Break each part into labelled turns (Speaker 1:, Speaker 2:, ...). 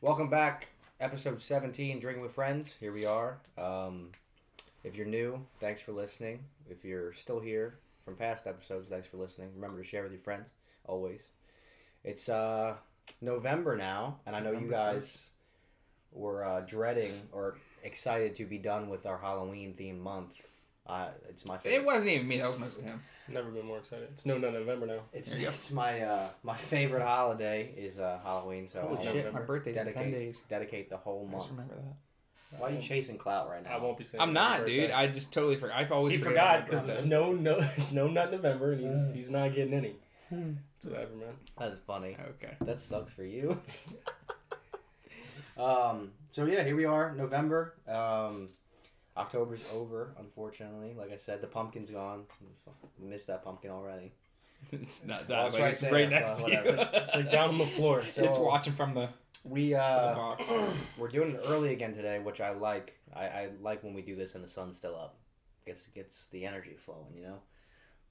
Speaker 1: Welcome back, episode 17, Drinking with Friends. Here we are. Um, if you're new, thanks for listening. If you're still here from past episodes, thanks for listening. Remember to share with your friends, always. It's uh, November now, and I know you
Speaker 2: November
Speaker 1: guys were uh, dreading or excited to be done with our Halloween themed month. Uh, it's my favorite.
Speaker 2: It wasn't even me. That was mostly him.
Speaker 3: Never been more excited. It's no nut November now.
Speaker 1: It's,
Speaker 2: There you go.
Speaker 1: it's my uh, my favorite holiday is uh, Halloween, so
Speaker 3: Oh,
Speaker 1: I'll
Speaker 3: was
Speaker 2: shit,
Speaker 3: November.
Speaker 2: my birthday's in ten
Speaker 1: Dedicate.
Speaker 2: days.
Speaker 1: dedicate the whole
Speaker 2: I just
Speaker 1: month.
Speaker 2: remember that.
Speaker 1: Why are you chasing clout right now?
Speaker 3: I won't be saying.
Speaker 2: I'm not,
Speaker 3: happy birthday.
Speaker 2: dude. I just totally forgot. I've always
Speaker 3: he
Speaker 2: forget
Speaker 3: forgot
Speaker 2: my
Speaker 3: because it's
Speaker 2: birthday.
Speaker 3: no no it's no nut November and he's he's not getting any.
Speaker 2: Hmm.
Speaker 3: It's whatever, man.
Speaker 1: That's funny.
Speaker 2: okay.
Speaker 1: That sucks for you. um. So yeah, here we are, November. Um, October's over, unfortunately. Like I said, the pumpkin's gone. Missed that pumpkin already.
Speaker 2: It's not
Speaker 1: Well,
Speaker 2: that.
Speaker 1: it's
Speaker 2: but
Speaker 1: right
Speaker 2: it's
Speaker 1: there,
Speaker 2: right
Speaker 1: so
Speaker 2: next to you.
Speaker 3: whatever. It's like down on the floor.
Speaker 1: So-
Speaker 2: it's watching from the,
Speaker 1: We
Speaker 2: the
Speaker 1: uh,
Speaker 2: box.
Speaker 1: we're doing it early again today, which I like. I, I like when we do this and the sun's still up. Gets gets the energy flowing, you know.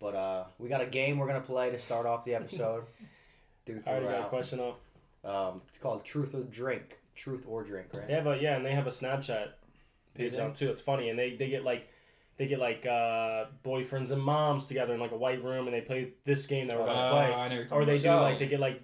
Speaker 1: But uh, we got a game we're gonna play to start off the episode. Dude,
Speaker 3: I already got a
Speaker 1: throughout.
Speaker 3: question up.
Speaker 1: Um, it's called Truth or Drink. Truth or Drink, right?
Speaker 3: They have a yeah, and they have a Snapchat
Speaker 2: They
Speaker 3: page
Speaker 2: do?
Speaker 3: out too. It's funny, and they they get like they get like uh, boyfriends and moms together in like a white room, and they play this game that we're
Speaker 2: Uh,
Speaker 3: gonna play.
Speaker 2: I never
Speaker 3: or they do
Speaker 1: So-
Speaker 3: like they get like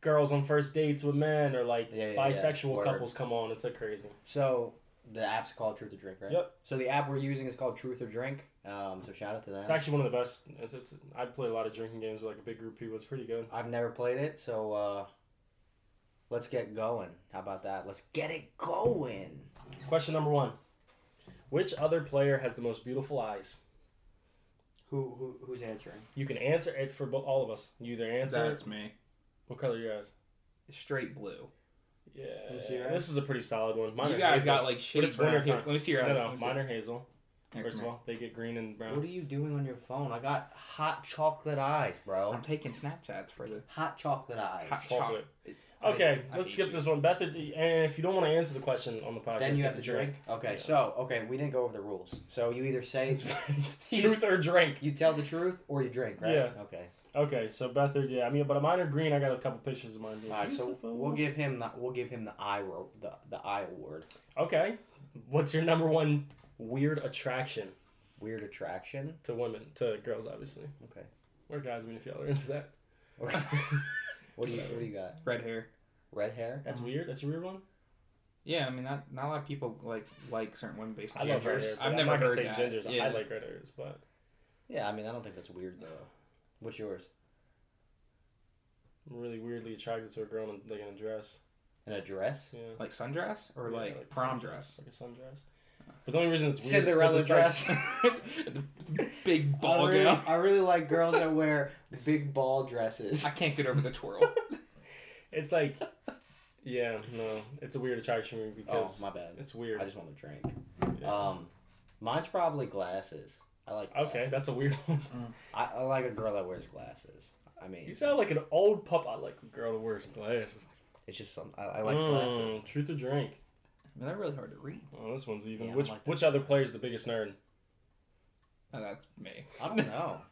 Speaker 3: girls on first dates with men or like
Speaker 1: Yeah, yeah, yeah.
Speaker 3: bisexual
Speaker 1: Word.
Speaker 3: couples come on it's like crazy
Speaker 1: So the app's called Truth or Drink, right?
Speaker 3: Yep.
Speaker 1: So the app we're using is called Truth or Drink. Um, so shout out to them.
Speaker 3: it's actually one of the best it's, it's i played a lot of drinking games with like a big group of people it's pretty good
Speaker 1: I've never played it, so uh, let's get going. How about that? Let's get it going.
Speaker 3: question number one which other player has the most beautiful eyes
Speaker 1: Who, who who's answering?
Speaker 3: you can answer it for bo- all of us you either answer
Speaker 2: That's me.
Speaker 3: what color are your eyes
Speaker 2: Straight blue.
Speaker 3: yeah
Speaker 1: me see your eyes.
Speaker 3: this is a pretty solid one mine
Speaker 2: you
Speaker 3: are
Speaker 2: guys
Speaker 3: hazel.
Speaker 2: got like
Speaker 3: But
Speaker 2: shitty
Speaker 3: it's winter
Speaker 2: brown. Here,
Speaker 3: time.
Speaker 2: Let me see your eyes.
Speaker 3: no
Speaker 2: Let
Speaker 3: no
Speaker 2: me see.
Speaker 3: mine are hazel
Speaker 2: Here,
Speaker 3: first
Speaker 2: come
Speaker 3: of all they get green and
Speaker 1: What are
Speaker 3: brown
Speaker 1: you doing on your phone? I got hot chocolate eyes,
Speaker 2: here.
Speaker 1: bro.
Speaker 2: I'm taking Snapchats for the.
Speaker 1: Hot chocolate eyes.
Speaker 2: Hot
Speaker 3: Chocolate.
Speaker 2: chocolate.
Speaker 3: okay
Speaker 2: I- I
Speaker 3: let's
Speaker 2: hate
Speaker 3: skip
Speaker 2: you.
Speaker 3: this one beth and if you don't want to answer the question on the podcast
Speaker 1: Then you have
Speaker 3: have
Speaker 1: to drink. Okay,
Speaker 3: Yeah.
Speaker 1: so okay, we didn't go over the rules. So you either say
Speaker 3: It's truth or drink.
Speaker 1: you tell the truth or you drink, right?
Speaker 3: Yeah.
Speaker 1: Okay.
Speaker 3: Okay, so Bethard, yeah, I mean, but mine are green. I got a couple pictures of mine. Being
Speaker 1: All right. So
Speaker 3: beautiful.
Speaker 1: we'll give him the we'll give him the eye ro- the the eye award.
Speaker 3: okay, what's your number one weird attraction
Speaker 1: Weird attraction.
Speaker 3: to women, to girls, obviously,
Speaker 1: Okay.
Speaker 3: or guys? I mean, if y'all are into that,
Speaker 1: Okay. what do you What do you got?
Speaker 2: Red hair.
Speaker 1: Red hair.
Speaker 3: that's weird. That's a weird one.
Speaker 2: Yeah, I mean, not not a lot of people like like certain women based
Speaker 3: I
Speaker 2: on
Speaker 3: love red
Speaker 2: gingers.
Speaker 3: hairs.
Speaker 2: I've
Speaker 3: I'm
Speaker 2: never
Speaker 3: not gonna
Speaker 2: heard
Speaker 3: say
Speaker 2: that.
Speaker 3: gingers.
Speaker 2: Yeah.
Speaker 3: I like red hairs, but
Speaker 1: Yeah, I mean, I don't think that's weird though. What's yours?
Speaker 3: I'm really weirdly attracted to a girl in like in a dress.
Speaker 1: In a dress.
Speaker 3: Yeah,
Speaker 2: like sundress or
Speaker 3: Yeah,
Speaker 2: like,
Speaker 3: a
Speaker 2: prom
Speaker 3: sundress,
Speaker 2: dress.
Speaker 3: like a sundress. But the only reason it's weird
Speaker 1: Cinderella
Speaker 3: is 'cause it's
Speaker 1: dress.
Speaker 2: the big
Speaker 1: I
Speaker 2: ball
Speaker 1: really,
Speaker 2: gown.
Speaker 1: I really like girls that wear big ball dresses.
Speaker 2: I can't get over the twirl.
Speaker 3: Like, it's like, yeah, no, it's a weird attraction
Speaker 1: Oh
Speaker 3: because
Speaker 1: my bad.
Speaker 3: it's weird.
Speaker 1: I just want to drink.
Speaker 3: Yeah.
Speaker 1: Um, mine's probably glasses. I like. Glasses.
Speaker 3: okay, that's a weird one.
Speaker 1: I, I like a girl that wears glasses. I
Speaker 3: You
Speaker 1: mean,
Speaker 3: sound like an old pup. I like a girl who wears glasses.
Speaker 1: it's just some. I, I like
Speaker 3: Mm,
Speaker 1: glasses.
Speaker 3: Truth or drink?
Speaker 2: I mean, they're really hard to read.
Speaker 3: Oh, this one's even.
Speaker 1: Yeah, I
Speaker 3: which
Speaker 1: don't like that.
Speaker 3: which other player is the biggest nerd?
Speaker 2: Oh, that's me.
Speaker 1: I don't know.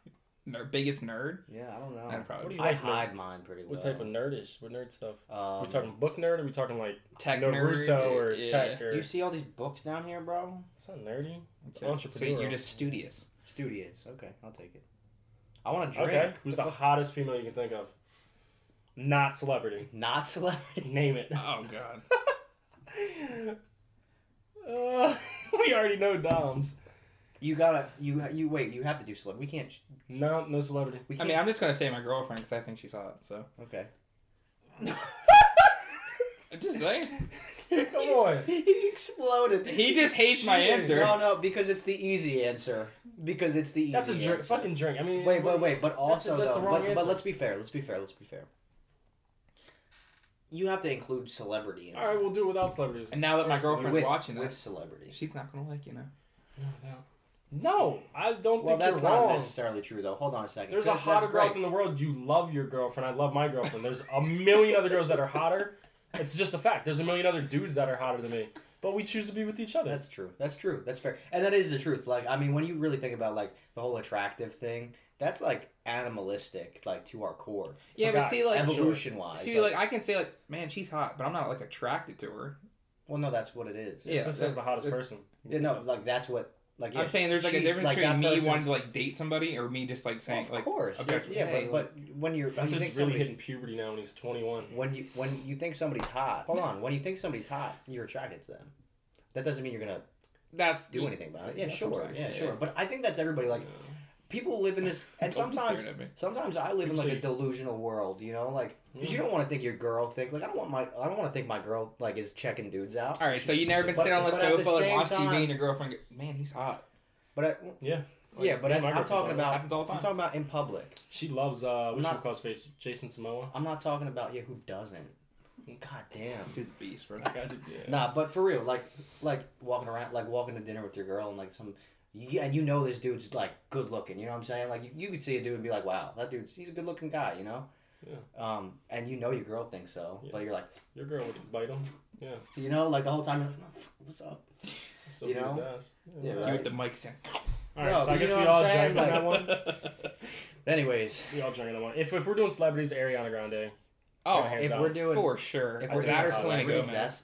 Speaker 2: Nerd, biggest nerd.
Speaker 1: Yeah, I don't know.
Speaker 2: That
Speaker 3: What
Speaker 2: probably.
Speaker 3: do you
Speaker 1: I
Speaker 3: like?
Speaker 1: hide mine pretty well.
Speaker 3: What type of nerdish? What nerd stuff?
Speaker 1: uh, Um,
Speaker 3: we talking book nerd? Or we talking like
Speaker 2: Tech
Speaker 3: Naruto
Speaker 2: nerd,
Speaker 3: or
Speaker 2: yeah.
Speaker 3: tech or?
Speaker 1: Do you see all these books down here, bro?
Speaker 3: It's not nerdy. It's
Speaker 2: Okay. So
Speaker 3: entrepreneur.
Speaker 2: you're just studious.
Speaker 1: Studios. Okay, I'll take it. I want to drink.
Speaker 3: okay. Who's the
Speaker 1: What
Speaker 3: hottest female you can think of? Not celebrity.
Speaker 1: fuck? not celebrity?
Speaker 3: Name it.
Speaker 2: Oh god.
Speaker 3: Uh, we already know Dom's.
Speaker 1: You gotta. You you wait. You have to do celebrity. We can't.
Speaker 3: No, no celebrity.
Speaker 1: We
Speaker 2: I
Speaker 1: can't.
Speaker 2: mean, I'm just gonna say my girlfriend because I think she saw it. So
Speaker 1: okay.
Speaker 2: I'm just saying.
Speaker 3: Come on.
Speaker 1: He exploded.
Speaker 2: He just hates my
Speaker 1: Shit.
Speaker 2: answer.
Speaker 1: No, no, because it's the easy answer. Because it's the easy.
Speaker 3: That's a drink.
Speaker 1: answer.
Speaker 3: Fucking drink. I mean,
Speaker 1: Wait, wait, wait. But
Speaker 3: That's-
Speaker 1: also,
Speaker 3: that's the
Speaker 1: though,
Speaker 3: wrong
Speaker 1: but, but
Speaker 3: answer.
Speaker 1: let's be fair. Let's be fair. Let's be fair. You have to include celebrity. In
Speaker 3: All right, we'll do it without celebrities.
Speaker 2: And now that my girlfriend's
Speaker 1: with,
Speaker 2: watching
Speaker 1: with
Speaker 2: this,
Speaker 1: celebrity.
Speaker 2: she's not gonna like you know.
Speaker 3: No, no, I don't
Speaker 1: Well,
Speaker 3: think
Speaker 1: that's
Speaker 3: you're
Speaker 1: not
Speaker 3: wrong.
Speaker 1: necessarily true, though. Hold on a second.
Speaker 3: There's a
Speaker 1: That's-
Speaker 3: hotter
Speaker 1: that's
Speaker 3: girl
Speaker 1: great.
Speaker 3: out in the world. You love your girlfriend. I love my girlfriend. There's a million other girls that are hotter. It's just a fact. There's a million other dudes that are hotter than me. But we choose to be with each other.
Speaker 1: That's true. That's true. That's fair. And that is the truth. Like, I mean, when you really think about like the whole attractive thing, that's like animalistic, like to our core,
Speaker 2: yeah, but
Speaker 3: guys,
Speaker 2: see, like,
Speaker 3: evolution.
Speaker 1: evolution wise.
Speaker 2: see, like, I can say, like, man, she's hot, but I'm not like attracted to her.
Speaker 1: well, no, that's what it is.
Speaker 2: Yeah,
Speaker 3: this
Speaker 2: that-
Speaker 3: is the hottest
Speaker 2: that-
Speaker 3: person.
Speaker 1: Yeah, no, like that's what. Like yeah,
Speaker 2: I'm saying there's like a
Speaker 1: she's-
Speaker 2: difference
Speaker 1: like, that
Speaker 2: between me
Speaker 1: person's-
Speaker 2: wanting to like date somebody or me just like
Speaker 1: Well,
Speaker 2: saying
Speaker 1: of
Speaker 2: like
Speaker 1: course, yeah,
Speaker 2: objectively,
Speaker 1: yeah,
Speaker 2: hey,
Speaker 1: but,
Speaker 2: like-
Speaker 1: but when you're
Speaker 3: That
Speaker 1: when you
Speaker 3: dude's
Speaker 1: think somebody,
Speaker 3: really hitting puberty now, and he's 21.
Speaker 1: when you when you think somebody's hot, hold on. When you think somebody's hot, you're attracted to them. That doesn't mean you're gonna
Speaker 2: that's
Speaker 1: do anything about it. Yeah,
Speaker 2: That's what
Speaker 1: sure,
Speaker 2: I'm saying,
Speaker 1: yeah,
Speaker 2: yeah.
Speaker 1: sure. But I think that's everybody. Like
Speaker 3: You know.
Speaker 1: people live in this, and
Speaker 2: Don't be
Speaker 1: sometimes
Speaker 2: staring at me.
Speaker 1: Sometimes I live in
Speaker 3: People
Speaker 1: like
Speaker 3: say-
Speaker 1: a delusional world, you know, like 'cause you
Speaker 3: Mm.
Speaker 1: don't want to think your girl thinks like I don't want my I don't want to think my girl like is checking dudes out.
Speaker 2: All right, so you never been
Speaker 1: But-
Speaker 2: sitting on the
Speaker 1: but at the
Speaker 2: sofa and
Speaker 1: same
Speaker 2: watch TV
Speaker 1: time-
Speaker 2: and your girlfriend go, man, he's hot.
Speaker 1: But I,
Speaker 3: Yeah.
Speaker 1: yeah,
Speaker 3: Like,
Speaker 1: but
Speaker 3: me
Speaker 1: I,
Speaker 3: and my
Speaker 1: I'm talking
Speaker 3: girlfriend talk
Speaker 1: about
Speaker 2: Happens all the
Speaker 1: I'm
Speaker 2: time.
Speaker 1: talking about in public.
Speaker 3: She loves uh, which
Speaker 1: Not-
Speaker 3: one calls face Jason Samoa.
Speaker 1: I'm not talking about yeah, who doesn't? God damn.
Speaker 2: She's a beast, bro.
Speaker 3: That guy's a, yeah.
Speaker 1: Nah, but for real, like like walking around, like walking to dinner with your girl and like some. You, and you know this dude's like good looking, you know what I'm saying? Like you, you could see a dude and be like, "Wow, that dude's he's a good looking guy," you know.
Speaker 3: Yeah.
Speaker 1: Um, and you know your girl thinks so,
Speaker 3: Yeah.
Speaker 1: but you're like,
Speaker 3: Your girl would bite him. Yeah.
Speaker 1: you know, like the whole time you're like, "What's up?ff,
Speaker 3: Still
Speaker 1: You
Speaker 3: beat his
Speaker 1: know?
Speaker 3: ass.
Speaker 1: Yeah,
Speaker 2: Dude,
Speaker 1: right.
Speaker 2: with the mic sound.
Speaker 3: All right,
Speaker 1: No,
Speaker 3: so I
Speaker 1: you
Speaker 3: guess
Speaker 1: know
Speaker 3: we
Speaker 1: what
Speaker 3: all
Speaker 1: I'm saying?
Speaker 3: drank on
Speaker 1: Like-
Speaker 3: that one.
Speaker 1: Anyways,
Speaker 3: We all drank on that one. If, if we're doing celebrities, Ariana Grande.
Speaker 2: Oh,
Speaker 3: Hands
Speaker 1: if
Speaker 3: up.
Speaker 1: we're doing
Speaker 2: for sure.
Speaker 1: if we're
Speaker 3: think
Speaker 1: doing
Speaker 2: that or
Speaker 3: that's
Speaker 2: Selena
Speaker 3: what it
Speaker 1: celebrities,
Speaker 2: Gomez.
Speaker 1: that's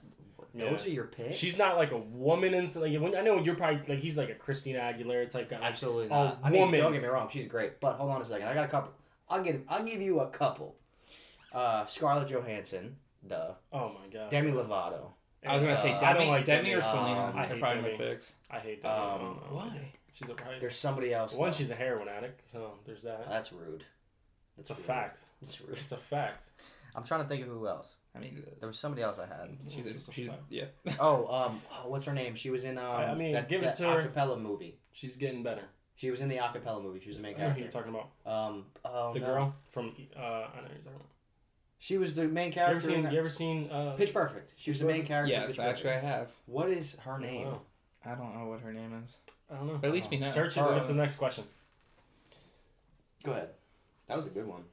Speaker 1: those are your picks.
Speaker 3: She's not like a woman in like when, I know you're probably like he's like a Christina Aguilera type guy.
Speaker 1: absolutely
Speaker 3: a
Speaker 1: not. I mean,
Speaker 3: woman.
Speaker 1: don't get me wrong, she's great. But hold on a second, I got a couple. I'll get. I'll give you a couple. Uh, Scarlett Johansson, duh.
Speaker 3: Oh my god.
Speaker 1: Demi Lovato.
Speaker 2: I was gonna say
Speaker 1: Uh,
Speaker 2: Demi,
Speaker 3: I don't like
Speaker 2: Demi, or
Speaker 3: Demi.
Speaker 2: Selena.
Speaker 1: Um,
Speaker 2: I
Speaker 1: I
Speaker 2: hate
Speaker 3: hate
Speaker 2: probably my
Speaker 3: Demi.
Speaker 2: picks.
Speaker 3: I hate Demi. I
Speaker 1: Um,
Speaker 3: don't know.
Speaker 1: why?
Speaker 3: She's a right.
Speaker 1: There's somebody else.
Speaker 3: One,
Speaker 1: though.
Speaker 3: she's a heroin addict, so there's that.
Speaker 1: That's rude.
Speaker 3: It's a
Speaker 1: rude.
Speaker 3: fact.
Speaker 1: That's rude.
Speaker 3: It's a fact.
Speaker 1: I'm trying to think of who else.
Speaker 2: I mean,
Speaker 1: There was somebody else I had.
Speaker 2: she's
Speaker 3: It's just
Speaker 2: a,
Speaker 3: a
Speaker 2: she's a,
Speaker 3: fact.
Speaker 2: yeah.
Speaker 1: Oh, um, oh, what's her name? She was in um,
Speaker 3: I mean,
Speaker 1: that,
Speaker 3: give it
Speaker 1: that
Speaker 3: to her.
Speaker 1: acapella movie.
Speaker 3: She's getting better.
Speaker 1: She was in the acapella movie. She was the
Speaker 3: I
Speaker 1: main
Speaker 3: know who you're
Speaker 1: character.
Speaker 3: talking about.
Speaker 1: Um, oh,
Speaker 3: the
Speaker 1: no.
Speaker 3: girl from uh, I know who you're talking about.
Speaker 1: She was the main
Speaker 3: You ever
Speaker 1: character. in
Speaker 3: seen?
Speaker 1: that-
Speaker 3: You ever seen? Uh,
Speaker 1: Pitch Perfect. She was the main
Speaker 3: Perfect.
Speaker 1: character. in
Speaker 2: Yes,
Speaker 1: Pitch Perfect.
Speaker 2: actually, I have.
Speaker 1: What is her
Speaker 3: I don't
Speaker 1: name?
Speaker 3: know.
Speaker 2: I don't know what her name is, Um,
Speaker 3: I don't know.
Speaker 2: but at least we know.
Speaker 3: Oh, Search it.
Speaker 1: Her.
Speaker 3: That's the next question.
Speaker 1: Go ahead. That was a good one.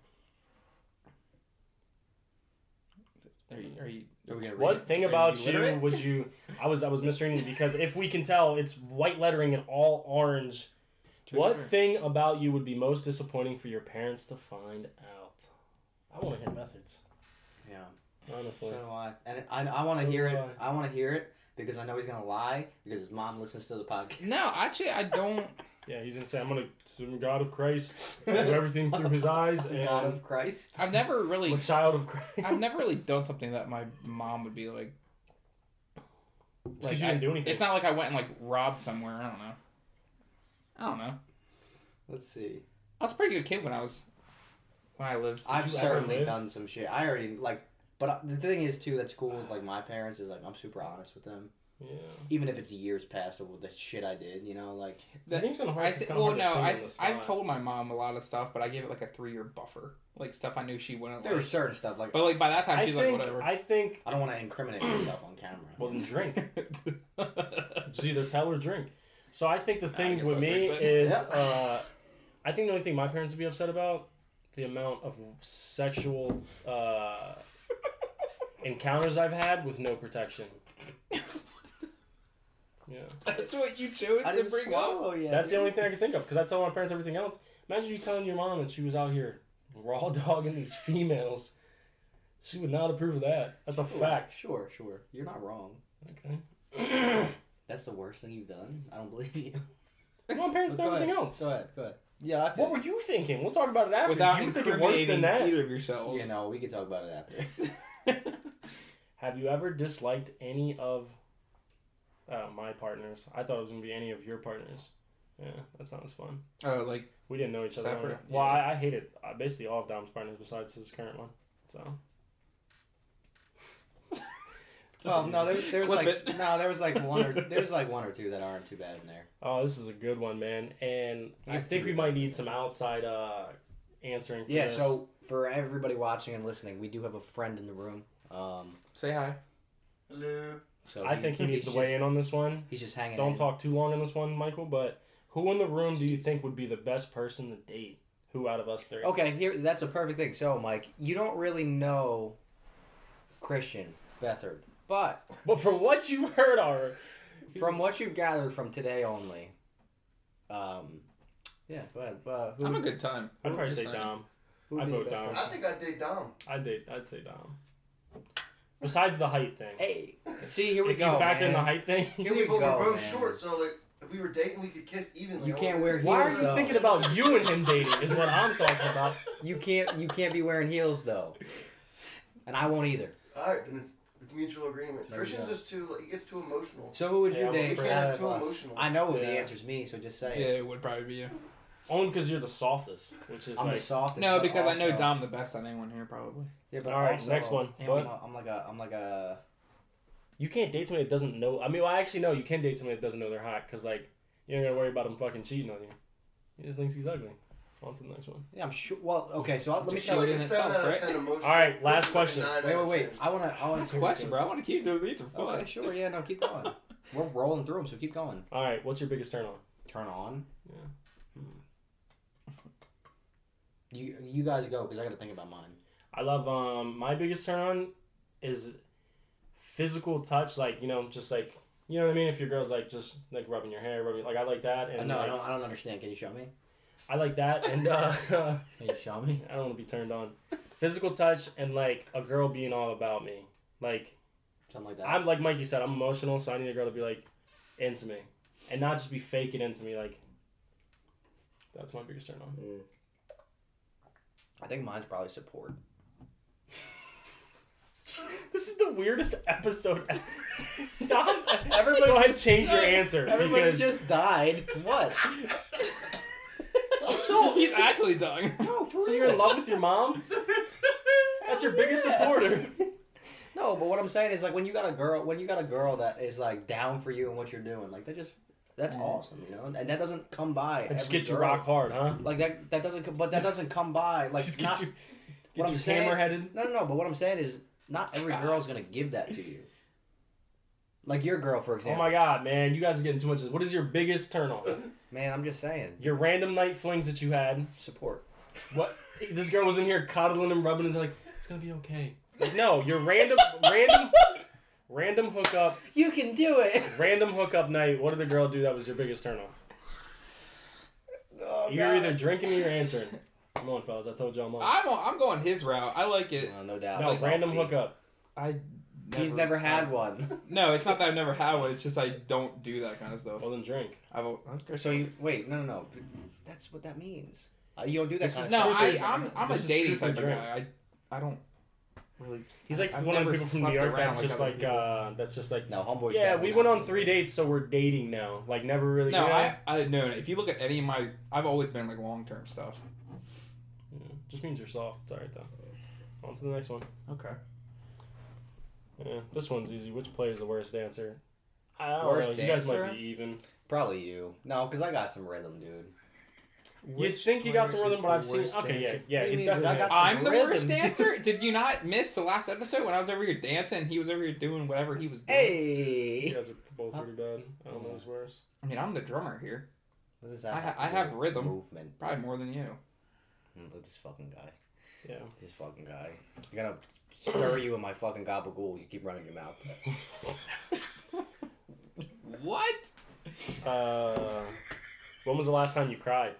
Speaker 2: Are you, are you,
Speaker 1: Are we gonna read
Speaker 3: What
Speaker 1: it?
Speaker 3: thing
Speaker 2: Are you
Speaker 3: about you
Speaker 2: literate?
Speaker 3: would you? I was I was misreading it because if we can tell, it's white lettering and all orange. What thing about you would be most disappointing for your parents to find out? I want to hear methods,
Speaker 1: Yeah. So
Speaker 3: honestly.
Speaker 1: do I. And I, I want to
Speaker 3: So
Speaker 1: hear
Speaker 3: do
Speaker 1: it. I want to hear it because I know he's gonna lie because his mom listens to the podcast.
Speaker 2: No, actually, I don't.
Speaker 3: Yeah, he's gonna say I'm gonna I'm God of Christ, do everything through His eyes, and
Speaker 1: God of Christ.
Speaker 2: I've never really.
Speaker 3: I'm a child of Christ.
Speaker 2: I've never really done something that my mom would be like.
Speaker 3: It's 'cause you didn't
Speaker 2: I-
Speaker 3: do anything.
Speaker 2: It's not like I went and like robbed somewhere. I don't know. I don't know.
Speaker 1: Let's see.
Speaker 2: I was a pretty good kid when I was when I lived.
Speaker 1: I've
Speaker 3: you ever
Speaker 1: certainly
Speaker 3: live?
Speaker 1: done some shit. I already like. But I- the thing is too that's cool with like my parents is like I'm super honest with them,
Speaker 3: Yeah.
Speaker 1: even if it's years past of the shit I did. You know, like
Speaker 2: That-
Speaker 3: Seems kinda hard.
Speaker 2: I
Speaker 3: It's
Speaker 2: th-
Speaker 3: kinda
Speaker 2: well,
Speaker 3: hard to
Speaker 2: no,
Speaker 3: finger on
Speaker 2: I
Speaker 3: the spot.
Speaker 2: I've told my mom a lot of stuff, but I gave it like a three year buffer, like stuff I knew she wouldn't
Speaker 1: there
Speaker 2: like.
Speaker 1: was certain stuff like
Speaker 2: But like by that time,
Speaker 3: I
Speaker 2: she's
Speaker 3: think
Speaker 2: like, whatever.
Speaker 3: I think
Speaker 1: I don't want to incriminate myself on camera.
Speaker 3: well then drink. It's either tell or drink. So I think the
Speaker 2: I
Speaker 3: thing
Speaker 2: guess
Speaker 3: with
Speaker 2: I'll
Speaker 3: me
Speaker 2: drink then.
Speaker 3: is,
Speaker 1: Yeah.
Speaker 3: uh, I think the only thing my parents would be upset about the amount of sexual uh, encounters I've had with no protection. Yeah,
Speaker 2: That's what you chose
Speaker 1: I
Speaker 2: to
Speaker 1: didn't
Speaker 2: bring up.
Speaker 1: swallow yet.
Speaker 3: that's the only thing I can think of because I tell my parents everything else. Imagine you telling your mom that she was out here raw dogging these females. She would not approve of that. That's a fact.
Speaker 1: Sure, sure. You're not wrong.
Speaker 3: Okay.
Speaker 1: That's the worst thing you've done. I don't believe you.
Speaker 3: My parents know
Speaker 1: Go
Speaker 3: everything
Speaker 1: ahead.
Speaker 3: else.
Speaker 1: Go ahead. Go ahead. Yeah, I
Speaker 3: What
Speaker 1: think.
Speaker 3: were you thinking? We'll talk about it after.
Speaker 2: Without
Speaker 3: you were thinking worse than that.
Speaker 2: either of yourselves.
Speaker 1: You know, we could talk about it after.
Speaker 3: Have you ever disliked any of uh, my partners? I thought it was gonna be any of your partners. Yeah, that sounds fun.
Speaker 2: Oh, like
Speaker 3: We didn't know each other.
Speaker 2: Separate,
Speaker 3: Well,
Speaker 2: yeah.
Speaker 3: I, I hated uh, basically all of Dom's partners besides his current one. So
Speaker 1: well, Oh, no, there was, there was
Speaker 2: Clip
Speaker 1: like
Speaker 2: it.
Speaker 1: no, there was like one or there's like one or two that aren't too bad in there.
Speaker 3: oh, this is a good one, man. And I
Speaker 1: Yeah,
Speaker 3: think we
Speaker 1: three.
Speaker 3: might need some outside uh, answering. For
Speaker 1: Yeah.
Speaker 3: this.
Speaker 1: So for everybody watching and listening, we do have a friend in the room. Um.
Speaker 2: say hi.
Speaker 4: Hello.
Speaker 1: So
Speaker 3: I think he needs to weigh in on this one.
Speaker 1: He's just hanging.
Speaker 3: Don't
Speaker 1: in.
Speaker 3: talk too long on this one, Michael. But who in the room do you think would be the best person to date? Who out of us three?
Speaker 1: Okay, here that's a perfect thing. So, Mike, you don't really know Christian Bethard, But
Speaker 3: But from what you've heard, our
Speaker 1: from what you've gathered from today only, um, yeah, go ahead. Uh, who,
Speaker 2: I'm a good time.
Speaker 3: I'd probably
Speaker 2: Just
Speaker 3: say
Speaker 2: saying.
Speaker 3: Dom.
Speaker 1: who would
Speaker 3: I
Speaker 1: be the
Speaker 3: vote
Speaker 1: best
Speaker 3: Dom.
Speaker 4: I
Speaker 1: person?
Speaker 4: think I'd date Dom.
Speaker 3: I'd date. I'd say Dom. Besides the height thing,
Speaker 1: Hey, see here we
Speaker 3: if
Speaker 1: go.
Speaker 3: you factor in the
Speaker 1: man.
Speaker 3: height thing,
Speaker 1: Here
Speaker 4: See,
Speaker 1: we
Speaker 4: but
Speaker 1: go,
Speaker 4: we're both
Speaker 1: man.
Speaker 4: short, so like if we were dating, we could kiss evenly.
Speaker 1: You
Speaker 4: all
Speaker 1: can't
Speaker 4: we
Speaker 1: wear
Speaker 4: could-
Speaker 3: why are
Speaker 1: heels,
Speaker 3: you
Speaker 1: though.
Speaker 3: thinking about you and him dating? Is what I'm talking about.
Speaker 1: You can't you can't be wearing heels though, and I won't either.
Speaker 4: All right, then it's it's mutual agreement.
Speaker 1: There you
Speaker 4: Christian's
Speaker 1: go.
Speaker 4: just too like, he gets too emotional.
Speaker 1: So who would
Speaker 3: Yeah,
Speaker 1: you
Speaker 3: I'm
Speaker 1: date?
Speaker 3: afraid.
Speaker 1: out of
Speaker 4: Too
Speaker 1: us?
Speaker 4: emotional.
Speaker 1: I know the
Speaker 3: Yeah.
Speaker 1: answer's me, so just say
Speaker 2: Yeah,
Speaker 1: it.
Speaker 2: it would probably be you.
Speaker 3: Only because you're the softest, which is
Speaker 1: I'm
Speaker 3: like.
Speaker 1: the softest.
Speaker 2: No,
Speaker 1: but
Speaker 2: because I know
Speaker 1: also-
Speaker 2: Dom the best on anyone here, probably.
Speaker 1: Yeah, but
Speaker 3: All right,
Speaker 1: also-
Speaker 3: next one.
Speaker 1: Yeah,
Speaker 3: But
Speaker 1: I'm, I'm like a I'm like a
Speaker 3: you can't date somebody that doesn't know. I mean, well, actually, no, you can date somebody that doesn't know they're hot because like you ain't gotta worry about him fucking cheating on you. He just thinks he's ugly. On to the next one.
Speaker 1: yeah I'm sure. Well, okay, so I'll, let me
Speaker 2: Just
Speaker 4: Yeah,
Speaker 1: tell
Speaker 4: like
Speaker 1: you.
Speaker 2: shoot
Speaker 4: a
Speaker 2: in
Speaker 4: seven
Speaker 2: itself,
Speaker 4: out of
Speaker 2: right?
Speaker 4: ten emotional.
Speaker 3: All right, last
Speaker 4: Like a
Speaker 3: question.
Speaker 4: nine out
Speaker 1: Wait, wait,
Speaker 4: of
Speaker 1: wait.
Speaker 4: 10.
Speaker 1: I wanna I wanna
Speaker 2: Last
Speaker 1: hear your
Speaker 2: question, bro. I
Speaker 1: things.
Speaker 2: want to keep doing these for fun.
Speaker 1: Okay, sure. Yeah, no, keep going. We're rolling through them, so keep going.
Speaker 3: All right, what's your biggest turn on?
Speaker 1: Turn on. Hmm.
Speaker 3: Yeah.
Speaker 1: You you guys go because I got to think about mine.
Speaker 3: I love um my biggest turn on is physical touch, like you know, just like you know what I mean. If your girl's like just like rubbing your hair, rubbing like I like that, and
Speaker 1: no, I
Speaker 3: like,
Speaker 1: don't. I don't understand. Can you show me?
Speaker 3: I like that, and uh,
Speaker 1: Can you show me?
Speaker 3: I don't want to be turned on. Physical touch and like a girl being all about me, like
Speaker 1: Something like that.
Speaker 3: I'm like Mikey said, I'm emotional, so I need a girl to be like into me, and not just be faking into me. Like that's my biggest turn on.
Speaker 1: Mm. I think mine's probably support.
Speaker 3: This is the weirdest episode. ever. Don, everybody go ahead and change your answer
Speaker 1: Everybody
Speaker 3: because
Speaker 1: just died. What?
Speaker 2: So he's actually done.
Speaker 1: No, for
Speaker 3: so you're in love with your mom. That's your biggest supporter.
Speaker 1: No, but what I'm saying is like when you got a girl, when you got a girl that is like down for you and what you're doing, like that just that's
Speaker 2: Mhm.
Speaker 1: awesome, you know. And that doesn't come by.
Speaker 3: That Mm. just
Speaker 1: every
Speaker 3: gets you
Speaker 1: girl.
Speaker 3: rock hard, huh?
Speaker 1: Like that that doesn't, come- but that doesn't come by. Like
Speaker 3: just
Speaker 1: not,
Speaker 3: gets you,
Speaker 1: what
Speaker 3: gets
Speaker 1: I'm
Speaker 3: you
Speaker 1: saying-
Speaker 3: hammer headed.
Speaker 1: No, no, no. But what I'm saying is, not every
Speaker 2: God.
Speaker 1: girl's gonna give that to you. Like your girl, for
Speaker 3: Oh
Speaker 1: example.
Speaker 3: my god, man, you guys are getting too much. of this. What is your biggest turn on?
Speaker 1: Man, I'm just saying,
Speaker 3: Your random night flings that you had.
Speaker 1: support.
Speaker 3: What? This girl was in here coddling and rubbing his like, it's gonna be okay. Like, no, your random, random, random hookup,
Speaker 1: You can do it.
Speaker 3: random hookup night. What did the girl do that was your biggest turn on?
Speaker 1: Oh,
Speaker 3: You're
Speaker 1: God.
Speaker 3: either drinking or you're answering. Come on, fellas, I told y'all mine.
Speaker 2: I'm on, I'm going his route. I like it.
Speaker 1: No, no doubt.
Speaker 3: No,
Speaker 1: Softie.
Speaker 3: random hookup.
Speaker 2: I. Never,
Speaker 1: He's never had one.
Speaker 2: No, it's not that I've never had one. It's just I don't do that kind of stuff.
Speaker 3: Well then drink.
Speaker 2: I've okay.
Speaker 1: So you wait, no, no, no. That's what that means. Uh, you don't do that.
Speaker 3: This
Speaker 1: Kind
Speaker 3: is
Speaker 1: of
Speaker 2: no,
Speaker 1: stuff.
Speaker 3: truth
Speaker 2: I
Speaker 3: and-
Speaker 2: I'm I'm
Speaker 3: this
Speaker 2: a
Speaker 3: is
Speaker 2: dating
Speaker 3: truth and
Speaker 2: type of
Speaker 3: drink.
Speaker 2: guy. I I don't really.
Speaker 3: He's like
Speaker 2: I've
Speaker 3: one of
Speaker 2: never
Speaker 3: the people from New
Speaker 2: slept
Speaker 3: York that's
Speaker 2: around
Speaker 3: just
Speaker 2: other
Speaker 3: like
Speaker 2: people.
Speaker 3: uh that's just like
Speaker 1: no, homeboys.
Speaker 3: Yeah,
Speaker 1: definitely
Speaker 3: we went
Speaker 1: not.
Speaker 3: on three dates, so we're dating now. Like never really
Speaker 2: No,
Speaker 3: you know?
Speaker 2: I, I no. If you look at any of my, I've always been like long term stuff.
Speaker 3: Yeah, Mm, just means you're soft. It's alright though. On to the next one.
Speaker 2: Okay.
Speaker 3: Yeah, this one's easy. Which player is the worst dancer? I don't
Speaker 1: Worst
Speaker 3: know. You guys might
Speaker 1: dancer?
Speaker 3: be even.
Speaker 1: Probably you. No, because I got some rhythm, dude.
Speaker 3: you think you got some rhythm, but I've seen. Okay, yeah, yeah,
Speaker 1: What do you
Speaker 3: it's
Speaker 1: mean, dude? I
Speaker 3: definitely.
Speaker 1: got-
Speaker 2: I'm the
Speaker 1: Rhythm,
Speaker 2: worst
Speaker 1: dude.
Speaker 2: dancer. Did you not miss the last episode when I was over here dancing? He was over here doing whatever he was doing.
Speaker 1: Hey.
Speaker 3: You guys are both pretty bad. I don't know
Speaker 1: Yeah.
Speaker 3: who's worse.
Speaker 2: I mean, I'm the drummer here,
Speaker 1: What does that
Speaker 2: I ha-
Speaker 1: have to
Speaker 2: I
Speaker 1: do
Speaker 2: have
Speaker 1: with
Speaker 2: rhythm.
Speaker 1: Movement.
Speaker 2: probably more than you.
Speaker 1: Mm, Look at this fucking guy.
Speaker 3: Yeah.
Speaker 1: This fucking guy. I'm gonna stir you in my fucking gabagool. You keep running your mouth.
Speaker 2: What?
Speaker 3: Uh, when was the last time you cried?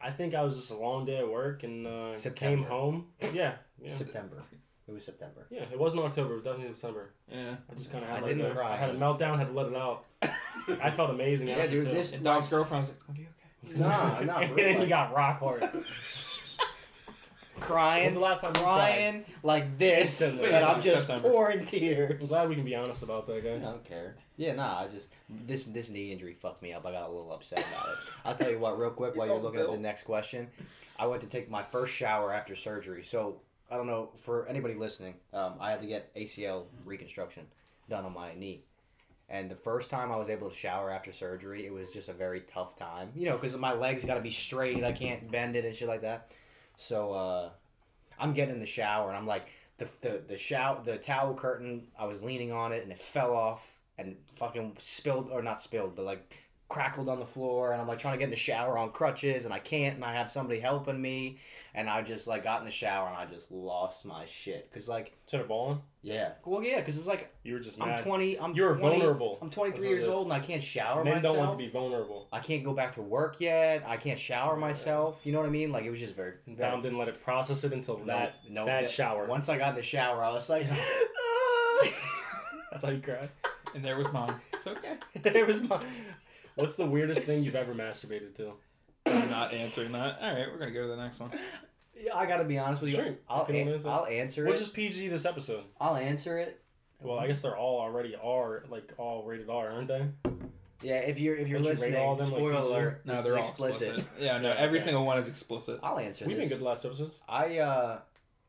Speaker 3: I think I was just a long day at work and uh, came
Speaker 1: September.
Speaker 3: home. Yeah, yeah,
Speaker 1: September. It was September.
Speaker 3: yeah. It wasn't October. It was definitely December.
Speaker 2: Yeah.
Speaker 3: I just kind of
Speaker 1: I
Speaker 3: had like
Speaker 1: didn't
Speaker 3: a-
Speaker 1: cry.
Speaker 3: I had a meltdown. Had to let it out. I felt amazing.
Speaker 1: Yeah,
Speaker 3: after,
Speaker 1: dude,
Speaker 3: too.
Speaker 1: this-
Speaker 2: And Dom's girlfriend was like, "Are you okay?"
Speaker 1: Nah, nah,
Speaker 3: and
Speaker 1: bro,
Speaker 3: then you
Speaker 1: like-
Speaker 3: got rock hard. When's the
Speaker 1: Crying,
Speaker 3: last time you cried?
Speaker 1: crying like this,
Speaker 3: Instantly.
Speaker 1: but I'm just
Speaker 2: September.
Speaker 1: pouring tears.
Speaker 3: I'm glad we can be honest about that,
Speaker 1: I
Speaker 3: guys.
Speaker 1: don't care. Yeah, nah. I just this this knee injury fucked me up. I got a little upset about it. I'll tell you what, real quick, while
Speaker 2: He's
Speaker 1: you're
Speaker 2: all
Speaker 1: looking at
Speaker 2: built.
Speaker 1: the next question, I went to take my first shower after surgery. So I don't know for anybody listening, um, I had to get ACL reconstruction done on my knee. And the first time I was able to shower after surgery, it was just a very tough time. You know, because my legs got to be straight. I can't bend it and shit like that. So uh, I'm getting in the shower and I'm like, the the the shower, the towel curtain. I was leaning on it and it fell off and fucking spilled or not spilled, but like crackled on the floor and I'm like trying to get in the shower on crutches and I can't and I have somebody helping me and I just like got in the shower and I just lost my shit cuz like
Speaker 3: Instead of balling,
Speaker 1: yeah well yeah cuz it's like
Speaker 3: you were just
Speaker 1: I'm
Speaker 3: mad.
Speaker 1: 20 I'm
Speaker 3: You're
Speaker 1: 20
Speaker 3: vulnerable.
Speaker 1: I'm
Speaker 3: That's
Speaker 1: 23
Speaker 3: what it
Speaker 1: years
Speaker 3: is.
Speaker 1: old and I can't shower
Speaker 3: Men
Speaker 1: myself
Speaker 3: don't want to be vulnerable.
Speaker 1: I can't go back to work yet I can't shower myself you know what I mean like it was just very, very
Speaker 3: Dom didn't let it process it until
Speaker 1: no-
Speaker 3: that
Speaker 1: no,
Speaker 3: that
Speaker 1: yeah.
Speaker 3: shower.
Speaker 1: Once I got in the shower, I was like,
Speaker 3: That's how you cry.
Speaker 2: And there was mine. It's okay.
Speaker 3: it was my. What's the weirdest thing you've ever masturbated to?
Speaker 2: I'm not answering that. All right, we're gonna go to the next one.
Speaker 1: Yeah, I gotta be honest with you.
Speaker 3: Sure,
Speaker 1: I'll,
Speaker 3: if you wanna
Speaker 1: an-
Speaker 3: answer.
Speaker 1: I'll answer
Speaker 3: Which
Speaker 1: it.
Speaker 3: is PG this episode?
Speaker 1: I'll answer it.
Speaker 3: Well, I guess they're all already R, like all rated R, aren't they?
Speaker 1: Yeah, if you're if you're
Speaker 3: Don't you rate
Speaker 1: listening,
Speaker 3: all of them, like,
Speaker 1: spoiler
Speaker 3: each
Speaker 1: alert.
Speaker 2: No,
Speaker 1: this
Speaker 2: they're
Speaker 1: is
Speaker 2: all explicit. Yeah, no, every
Speaker 3: Okay.
Speaker 2: single one is explicit.
Speaker 1: I'll answer
Speaker 3: We've
Speaker 1: this.
Speaker 3: been good the last episodes,
Speaker 1: I uh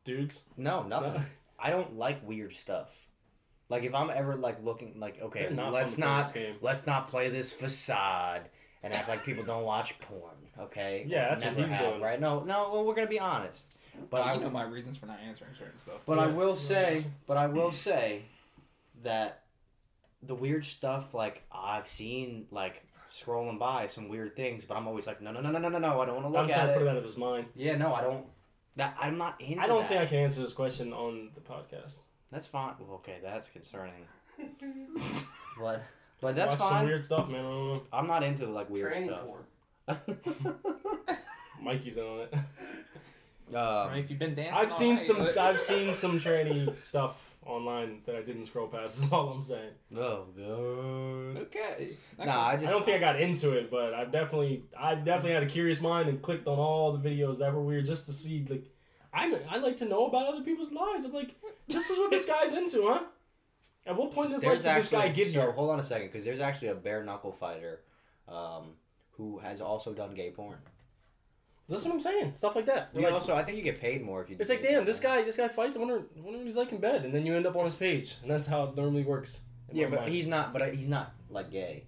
Speaker 3: dudes.
Speaker 1: no nothing.
Speaker 3: No.
Speaker 1: I don't like weird stuff. Like if I'm ever like looking like okay,
Speaker 3: They're not
Speaker 1: let's
Speaker 3: fun to play
Speaker 1: not
Speaker 3: this game.
Speaker 1: let's not play this facade and act like people don't watch porn. Okay.
Speaker 3: Yeah,
Speaker 1: Or
Speaker 3: that's what
Speaker 1: never
Speaker 3: he's
Speaker 1: have,
Speaker 3: doing.
Speaker 1: right? No, no. Well, we're gonna be honest, but I
Speaker 2: you know my reasons for not answering certain stuff.
Speaker 1: But I
Speaker 3: Yeah.
Speaker 1: will say, but I will say that the weird stuff like I've seen like scrolling by some weird things, but I'm always like, no, no, no, no, no, no, no. I don't want to
Speaker 3: I'm
Speaker 1: look
Speaker 3: trying to
Speaker 1: at it.
Speaker 3: put it out of his mind.
Speaker 1: Yeah, no, I don't. That I'm not into.
Speaker 3: I don't
Speaker 1: that.
Speaker 3: think I can answer this question on the podcast.
Speaker 1: That's fine. Well, okay, that's concerning. but but that's
Speaker 3: Watch some
Speaker 1: fine.
Speaker 3: weird stuff, man. I don't know.
Speaker 1: I'm not into like weird
Speaker 4: Train
Speaker 1: stuff.
Speaker 4: porn.
Speaker 3: Mikey's in on it.
Speaker 1: Um,
Speaker 2: Right, if you've been dancing,
Speaker 3: I've
Speaker 2: all
Speaker 3: seen
Speaker 2: night,
Speaker 3: some.
Speaker 2: but-
Speaker 3: I've seen some tranny stuff online that I didn't scroll past. Is all I'm saying.
Speaker 1: Oh god.
Speaker 2: Okay.
Speaker 1: Nah, I just
Speaker 3: I don't think I got into it, but I've definitely, I've definitely had a curious mind and clicked on all the videos that were weird just to see. Like, I, I like to know about other people's lives. I'm like, this is what this guy's into, huh? At what point in his life
Speaker 1: There's
Speaker 3: did this guy
Speaker 1: actually
Speaker 3: get
Speaker 1: so
Speaker 3: here?
Speaker 1: hold on a second because there's actually a bare knuckle fighter, um, who has also done gay porn.
Speaker 3: That's what I'm saying. Stuff like that.
Speaker 1: You
Speaker 3: Like,
Speaker 1: also, I think you get paid more if you. do
Speaker 3: it's like,
Speaker 1: gay
Speaker 3: damn, this
Speaker 1: porn.
Speaker 3: guy, this guy fights. I wonder, I wonder what he's like in bed, and then you end up on his page, and that's how it normally works. in
Speaker 1: Yeah,
Speaker 3: my
Speaker 1: but
Speaker 3: mind.
Speaker 1: he's not. But he's not like gay.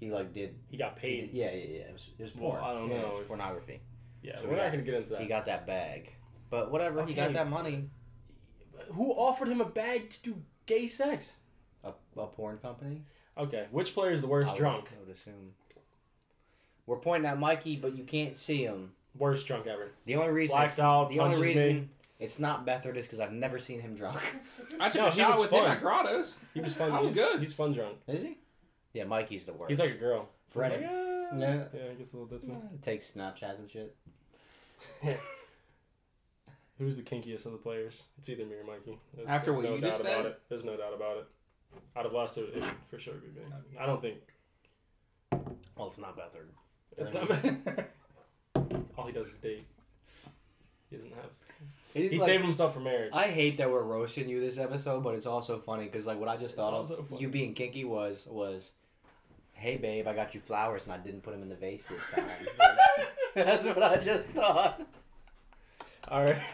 Speaker 1: He like did.
Speaker 3: he got
Speaker 1: he
Speaker 3: paid.
Speaker 1: did- yeah, yeah, yeah. It was, it was
Speaker 3: Well,
Speaker 1: porn.
Speaker 3: I don't
Speaker 1: Yeah, it
Speaker 3: know
Speaker 1: was
Speaker 3: if-
Speaker 1: pornography.
Speaker 3: Yeah,
Speaker 1: So
Speaker 3: we're
Speaker 1: we
Speaker 3: not
Speaker 1: got-
Speaker 3: gonna get into that.
Speaker 1: He got that bag, but whatever. He got
Speaker 3: Okay.
Speaker 1: that money.
Speaker 3: Who offered him a bag to do gay sex?
Speaker 1: A, a porn company.
Speaker 3: Okay, which player is the worst
Speaker 1: I would-
Speaker 3: drunk?
Speaker 1: I would assume. We're pointing at Mikey, but you can't see him.
Speaker 3: Worst drunk ever.
Speaker 1: The only reason.
Speaker 3: Blacks out.
Speaker 1: the only
Speaker 3: punches me.
Speaker 1: reason it's not Bethard is because I've never seen him drunk.
Speaker 2: I took
Speaker 3: No,
Speaker 2: a
Speaker 3: he
Speaker 2: shot
Speaker 3: was
Speaker 2: with him
Speaker 3: fun.
Speaker 2: at Grottos.
Speaker 3: He was fun.
Speaker 2: I was
Speaker 3: he's,
Speaker 2: good.
Speaker 3: He's fun drunk.
Speaker 1: Is he? Yeah, Mikey's the worst.
Speaker 3: He's like a girl.
Speaker 1: Freddy.
Speaker 3: He's like, "Ah."
Speaker 1: Yeah.
Speaker 3: Yeah, he gets a little ditzy.
Speaker 1: Takes Snapchats and shit.
Speaker 3: Who's the kinkiest of the players? It's either me or Mikey. There's,
Speaker 2: After
Speaker 3: there's
Speaker 2: what
Speaker 3: no
Speaker 2: you
Speaker 3: doubt
Speaker 2: just
Speaker 3: about
Speaker 2: said?
Speaker 3: it. There's no doubt about it. Out of last, it would it would for sure be me. I don't think.
Speaker 1: Well, it's not Bethard.
Speaker 3: That's
Speaker 2: I
Speaker 3: not All he does is date. He doesn't have.
Speaker 1: He's
Speaker 3: He
Speaker 1: like-
Speaker 3: saved himself for marriage.
Speaker 1: I hate that we're roasting you this episode, but it's also funny because like what I just
Speaker 3: It's
Speaker 1: thought
Speaker 3: also
Speaker 1: of
Speaker 3: funny.
Speaker 1: you being kinky was was, hey babe, I got you flowers and I didn't put them in the vase this time. That's what I just thought.
Speaker 3: All right.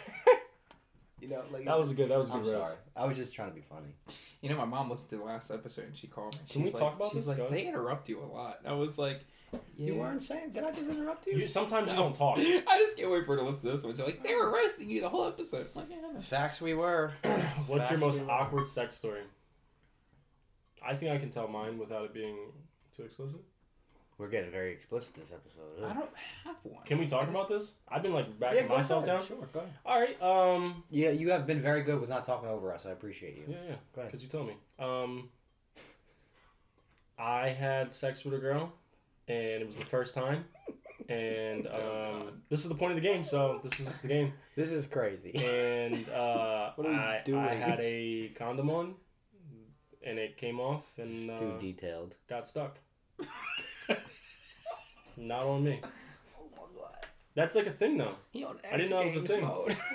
Speaker 1: You know, like
Speaker 3: that was a good. That was a
Speaker 1: I'm
Speaker 3: good roast.
Speaker 1: sorry. I was just trying to be funny.
Speaker 2: You know, my mom listened to the last episode and she called me.
Speaker 3: Can we
Speaker 2: She's like-
Speaker 3: talk about
Speaker 2: she's
Speaker 3: this,
Speaker 2: Like,
Speaker 3: guys?
Speaker 2: They interrupt you a lot. I was like,
Speaker 1: You
Speaker 2: yeah.
Speaker 1: weren't saying. Did I just interrupt you?
Speaker 3: You sometimes you don't talk.
Speaker 2: I just can't wait for her to listen to this one. She's like, they were roasting you the whole episode. I'm like, yeah, I know.
Speaker 1: Facts we were.
Speaker 3: What's your
Speaker 1: Facts
Speaker 3: most
Speaker 1: we were.
Speaker 3: awkward sex story? I think I can tell mine without it being too explicit.
Speaker 1: We're getting very explicit this episode.
Speaker 2: I don't have one.
Speaker 3: Can we
Speaker 2: I
Speaker 3: talk
Speaker 2: just-
Speaker 3: about this? I've been like
Speaker 1: Yeah,
Speaker 3: backing
Speaker 1: go
Speaker 3: myself
Speaker 1: ahead.
Speaker 3: down.
Speaker 1: Sure, go ahead.
Speaker 3: All right. Um.
Speaker 1: Yeah, you have been very good with not talking over us. I appreciate you.
Speaker 3: Yeah. Yeah.
Speaker 1: Go ahead.
Speaker 3: Because you told me. Um. I had sex with a girl, and it was the first time. And
Speaker 2: Oh,
Speaker 3: um, this is the point of the game, so this is the game.
Speaker 1: This is crazy.
Speaker 3: And uh,
Speaker 1: What are we
Speaker 3: I,
Speaker 1: doing?
Speaker 3: I had a condom on, and it came off, and
Speaker 1: It's
Speaker 3: uh,
Speaker 1: too detailed.
Speaker 3: got stuck. Not on me.
Speaker 1: Oh my god.
Speaker 3: That's like a thing, though.
Speaker 1: I didn't know it was a
Speaker 3: Games
Speaker 1: thing.
Speaker 3: mode.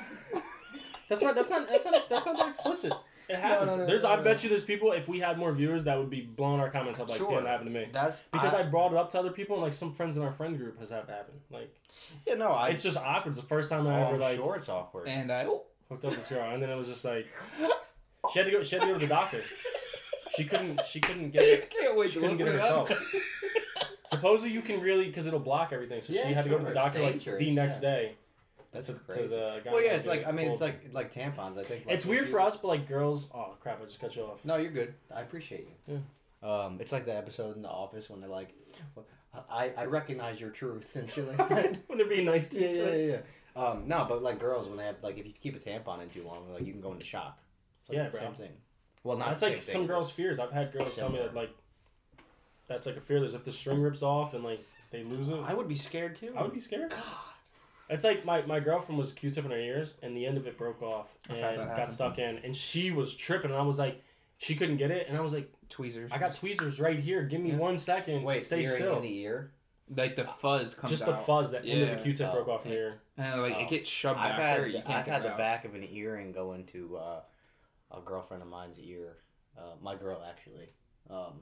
Speaker 3: That's not. That's not. That's not. That's not that explicit. It happens.
Speaker 1: no, no,
Speaker 3: there's.
Speaker 1: no,
Speaker 3: I
Speaker 1: no.
Speaker 3: bet you there's people. If we had more viewers, that would be blowing our comments up. Like,
Speaker 1: Sure.
Speaker 3: damn, that happened to me.
Speaker 1: That's
Speaker 3: Because I, brought it up to other people, and like some friends in our friend group has had it happen. Like,
Speaker 1: Yeah, no, I.
Speaker 3: it's just awkward. It's the first time
Speaker 1: oh,
Speaker 3: I ever
Speaker 1: I'm
Speaker 3: like
Speaker 1: sure it's awkward.
Speaker 2: And I. oh,
Speaker 3: hooked up with this girl, and then it was just like she had to go. She had to go to the doctor. She couldn't. She couldn't get it.
Speaker 2: can't wait to
Speaker 3: She couldn't
Speaker 2: listen to
Speaker 3: get it
Speaker 2: that.
Speaker 3: herself. Supposedly, you can really because it'll block everything. So
Speaker 1: Yeah,
Speaker 3: she had to go
Speaker 1: sure,
Speaker 3: to the
Speaker 1: it's
Speaker 3: doctor like
Speaker 1: dangerous,
Speaker 3: the next
Speaker 1: yeah.
Speaker 3: day
Speaker 1: That's
Speaker 3: to,
Speaker 1: crazy.
Speaker 3: to the guy.
Speaker 1: well, yeah,
Speaker 3: who
Speaker 1: it's
Speaker 3: did
Speaker 1: like
Speaker 3: it
Speaker 1: I mean,
Speaker 3: pulled
Speaker 1: it's like it's like tampons. I think. like,
Speaker 3: It's
Speaker 1: if
Speaker 3: weird
Speaker 1: you-
Speaker 3: for us, but like girls. Oh crap! I just cut you off.
Speaker 1: No, you're good. I appreciate you. Um, it's like the episode in The Office when they're like, "I, I recognize your truth" and shit like that.
Speaker 3: when they're being nice to
Speaker 1: yeah,
Speaker 3: each
Speaker 1: yeah,
Speaker 3: other.
Speaker 1: yeah. yeah. Um, no, but like girls when they have like if you keep a tampon in too long, like you can go into shock. It's like
Speaker 3: Yeah,
Speaker 1: the
Speaker 3: bro.
Speaker 1: same thing. Well, not
Speaker 3: That's
Speaker 1: the
Speaker 3: like
Speaker 1: same
Speaker 3: some
Speaker 1: thing, but-
Speaker 3: girls' fears. I've had girls tell me that
Speaker 1: Similar.
Speaker 3: like that's like a fear. There's if the string rips off and like they lose it.
Speaker 1: I would be scared too.
Speaker 3: I would be scared. God. It's like my, my girlfriend was Q-tip in her ears, and the end of it broke off
Speaker 2: I've
Speaker 3: and
Speaker 2: had that happen.
Speaker 3: got stuck in, and she was tripping, and I was like, she couldn't get it, and I was like,
Speaker 2: Tweezers.
Speaker 3: I got tweezers right here. Give me
Speaker 2: Yeah.
Speaker 3: one second.
Speaker 1: Wait,
Speaker 3: stay
Speaker 1: earring
Speaker 3: still.
Speaker 1: in the ear.
Speaker 2: like the fuzz comes
Speaker 3: Just
Speaker 2: out.
Speaker 3: the fuzz that end of
Speaker 2: Yeah.
Speaker 3: the Q-tip
Speaker 1: Oh.
Speaker 3: broke off in the ear.
Speaker 2: And like
Speaker 1: Oh.
Speaker 2: it gets shoved
Speaker 1: I've
Speaker 2: back
Speaker 1: had
Speaker 2: there. You can't
Speaker 1: I've
Speaker 2: get
Speaker 1: had
Speaker 2: it
Speaker 1: the
Speaker 2: out.
Speaker 1: back of an earring go into uh, a girlfriend of mine's ear. Uh, my girl actually. Um,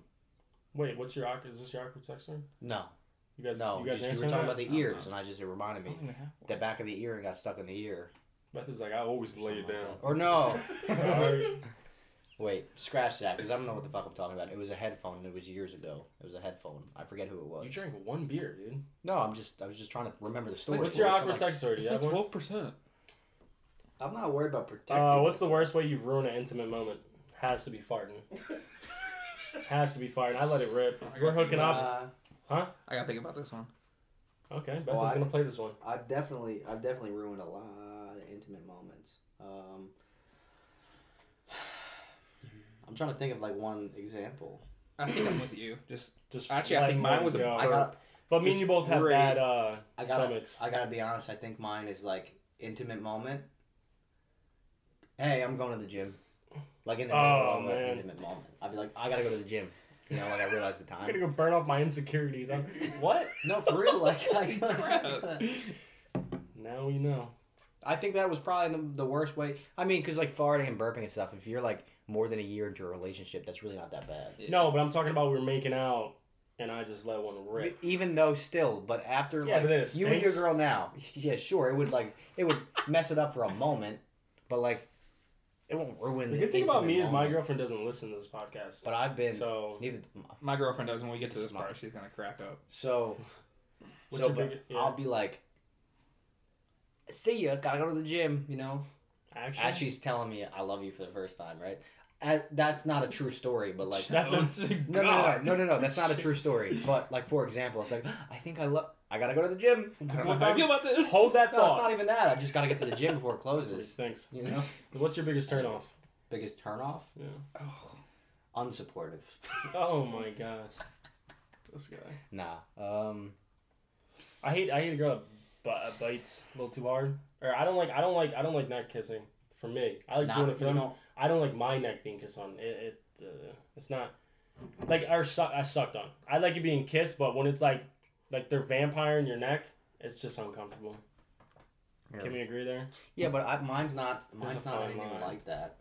Speaker 3: Wait, what's your awkward? Is this your awkward sex thing?
Speaker 1: no,
Speaker 3: You guys,
Speaker 1: no.
Speaker 3: you guys
Speaker 1: just- you were
Speaker 3: answering
Speaker 1: talking
Speaker 3: that?
Speaker 1: about the ears, and I just it reminded
Speaker 2: I
Speaker 1: me
Speaker 2: don't even have one.
Speaker 1: the back of the earring got stuck in the ear.
Speaker 3: Beth is like, I always lay it
Speaker 1: Something
Speaker 3: down.
Speaker 1: like that. Or no.
Speaker 3: Alright.
Speaker 1: Wait, scratch that because I don't know what the fuck I'm talking about. It was a headphone. and It was years ago. It was a headphone. I forget who it was.
Speaker 3: You drank one beer, dude.
Speaker 1: No, I'm just I was just trying to remember the story.
Speaker 3: What's your
Speaker 2: It's
Speaker 3: awkward
Speaker 2: like-
Speaker 3: sex story? Do you
Speaker 2: It's
Speaker 3: have one?
Speaker 2: twelve percent.
Speaker 1: I'm not worried about protecting.
Speaker 3: Uh, what's the worst way you've ruined an intimate moment? Has to be farting. Has to be farting. I let it rip. If we're hooking up.
Speaker 1: Uh,
Speaker 2: I gotta think about this one.
Speaker 3: Okay,
Speaker 1: Oh,
Speaker 3: Bethan's
Speaker 1: I-
Speaker 3: gonna play this one.
Speaker 1: I've definitely I've definitely ruined a lot of intimate moments. Um, I'm trying to think of like one example.
Speaker 2: I think I'm with you. Just
Speaker 3: Just
Speaker 2: actually, I think
Speaker 3: let
Speaker 2: mine was a
Speaker 3: go.
Speaker 1: I got-
Speaker 2: burp.
Speaker 3: But me and you both have
Speaker 2: Great.
Speaker 3: bad uh,
Speaker 1: I got
Speaker 3: stomachs.
Speaker 1: I gotta be honest. I think mine is like intimate moment. Hey, I'm going to the gym. Like in the middle
Speaker 3: Oh,
Speaker 1: of an
Speaker 3: man.
Speaker 1: intimate moment, I'd be like, I gotta go to the gym. You know, like I realize the
Speaker 3: I'm
Speaker 1: time.
Speaker 3: gonna go burn off my insecurities. I'm, what?
Speaker 1: No, for real. Like,
Speaker 2: Crap.
Speaker 1: I,
Speaker 3: Now we know.
Speaker 1: I think that was probably the, the worst way. I mean, because like farting and burping and stuff. If you're like more than a year into a relationship, that's really not that bad.
Speaker 2: Yeah.
Speaker 3: No, but I'm talking about we were making out, and I just let one
Speaker 1: But
Speaker 3: rip.
Speaker 1: E-, Even though still, but after
Speaker 3: Yeah,
Speaker 1: like
Speaker 3: but then it
Speaker 1: you and your
Speaker 3: stinks.
Speaker 1: girl now, yeah, sure, it would like it would mess it up for a moment, but like it won't ruin.
Speaker 3: The good thing about
Speaker 1: intimate
Speaker 3: me is my
Speaker 1: moment.
Speaker 3: girlfriend doesn't listen to this podcast.
Speaker 1: But I've been
Speaker 3: So,
Speaker 1: neither.
Speaker 2: My girlfriend does. When we get to this
Speaker 1: Smart.
Speaker 2: part, she's gonna crack up.
Speaker 1: So,
Speaker 3: What's
Speaker 1: so
Speaker 3: your
Speaker 1: but
Speaker 3: big- yeah.
Speaker 1: I'll be like, see ya, gotta go to the gym, you know.
Speaker 3: actually,
Speaker 1: As she's telling me, I love you for the first time, right? And that's not a true story, but like
Speaker 3: That's a-
Speaker 1: No, no, no,
Speaker 2: God.
Speaker 1: no, no, no. That's not a true story. But like, for example, it's like I think I love. I gotta go to the gym.
Speaker 2: I don't know
Speaker 3: One
Speaker 2: how I
Speaker 3: time-
Speaker 2: feel about this.
Speaker 3: hold that
Speaker 1: No, it's
Speaker 3: thought.
Speaker 1: not even that. I just gotta get to the gym before it closes.
Speaker 3: Thanks.
Speaker 1: You know,
Speaker 3: What's your biggest turnoff?
Speaker 1: biggest turnoff,
Speaker 3: Yeah.
Speaker 1: unsupportive.
Speaker 3: Oh my gosh, this guy.
Speaker 1: Nah. Um.
Speaker 3: I hate I hate a girl that bu- uh, bites a little too hard. Or I don't like I don't like I don't like neck kissing. For me, I like
Speaker 1: nah,
Speaker 3: doing it for
Speaker 1: you
Speaker 3: them.
Speaker 1: know,
Speaker 3: I don't like my neck being kissed on. It, it uh, it's not like our su- I sucked on. I like it being kissed, but when it's like like they're vampiring your neck, it's just uncomfortable. Can we agree there?
Speaker 1: Yeah, but I, mine's not. Mine's
Speaker 3: a
Speaker 1: not
Speaker 3: fine
Speaker 1: anything
Speaker 3: line.
Speaker 1: like that.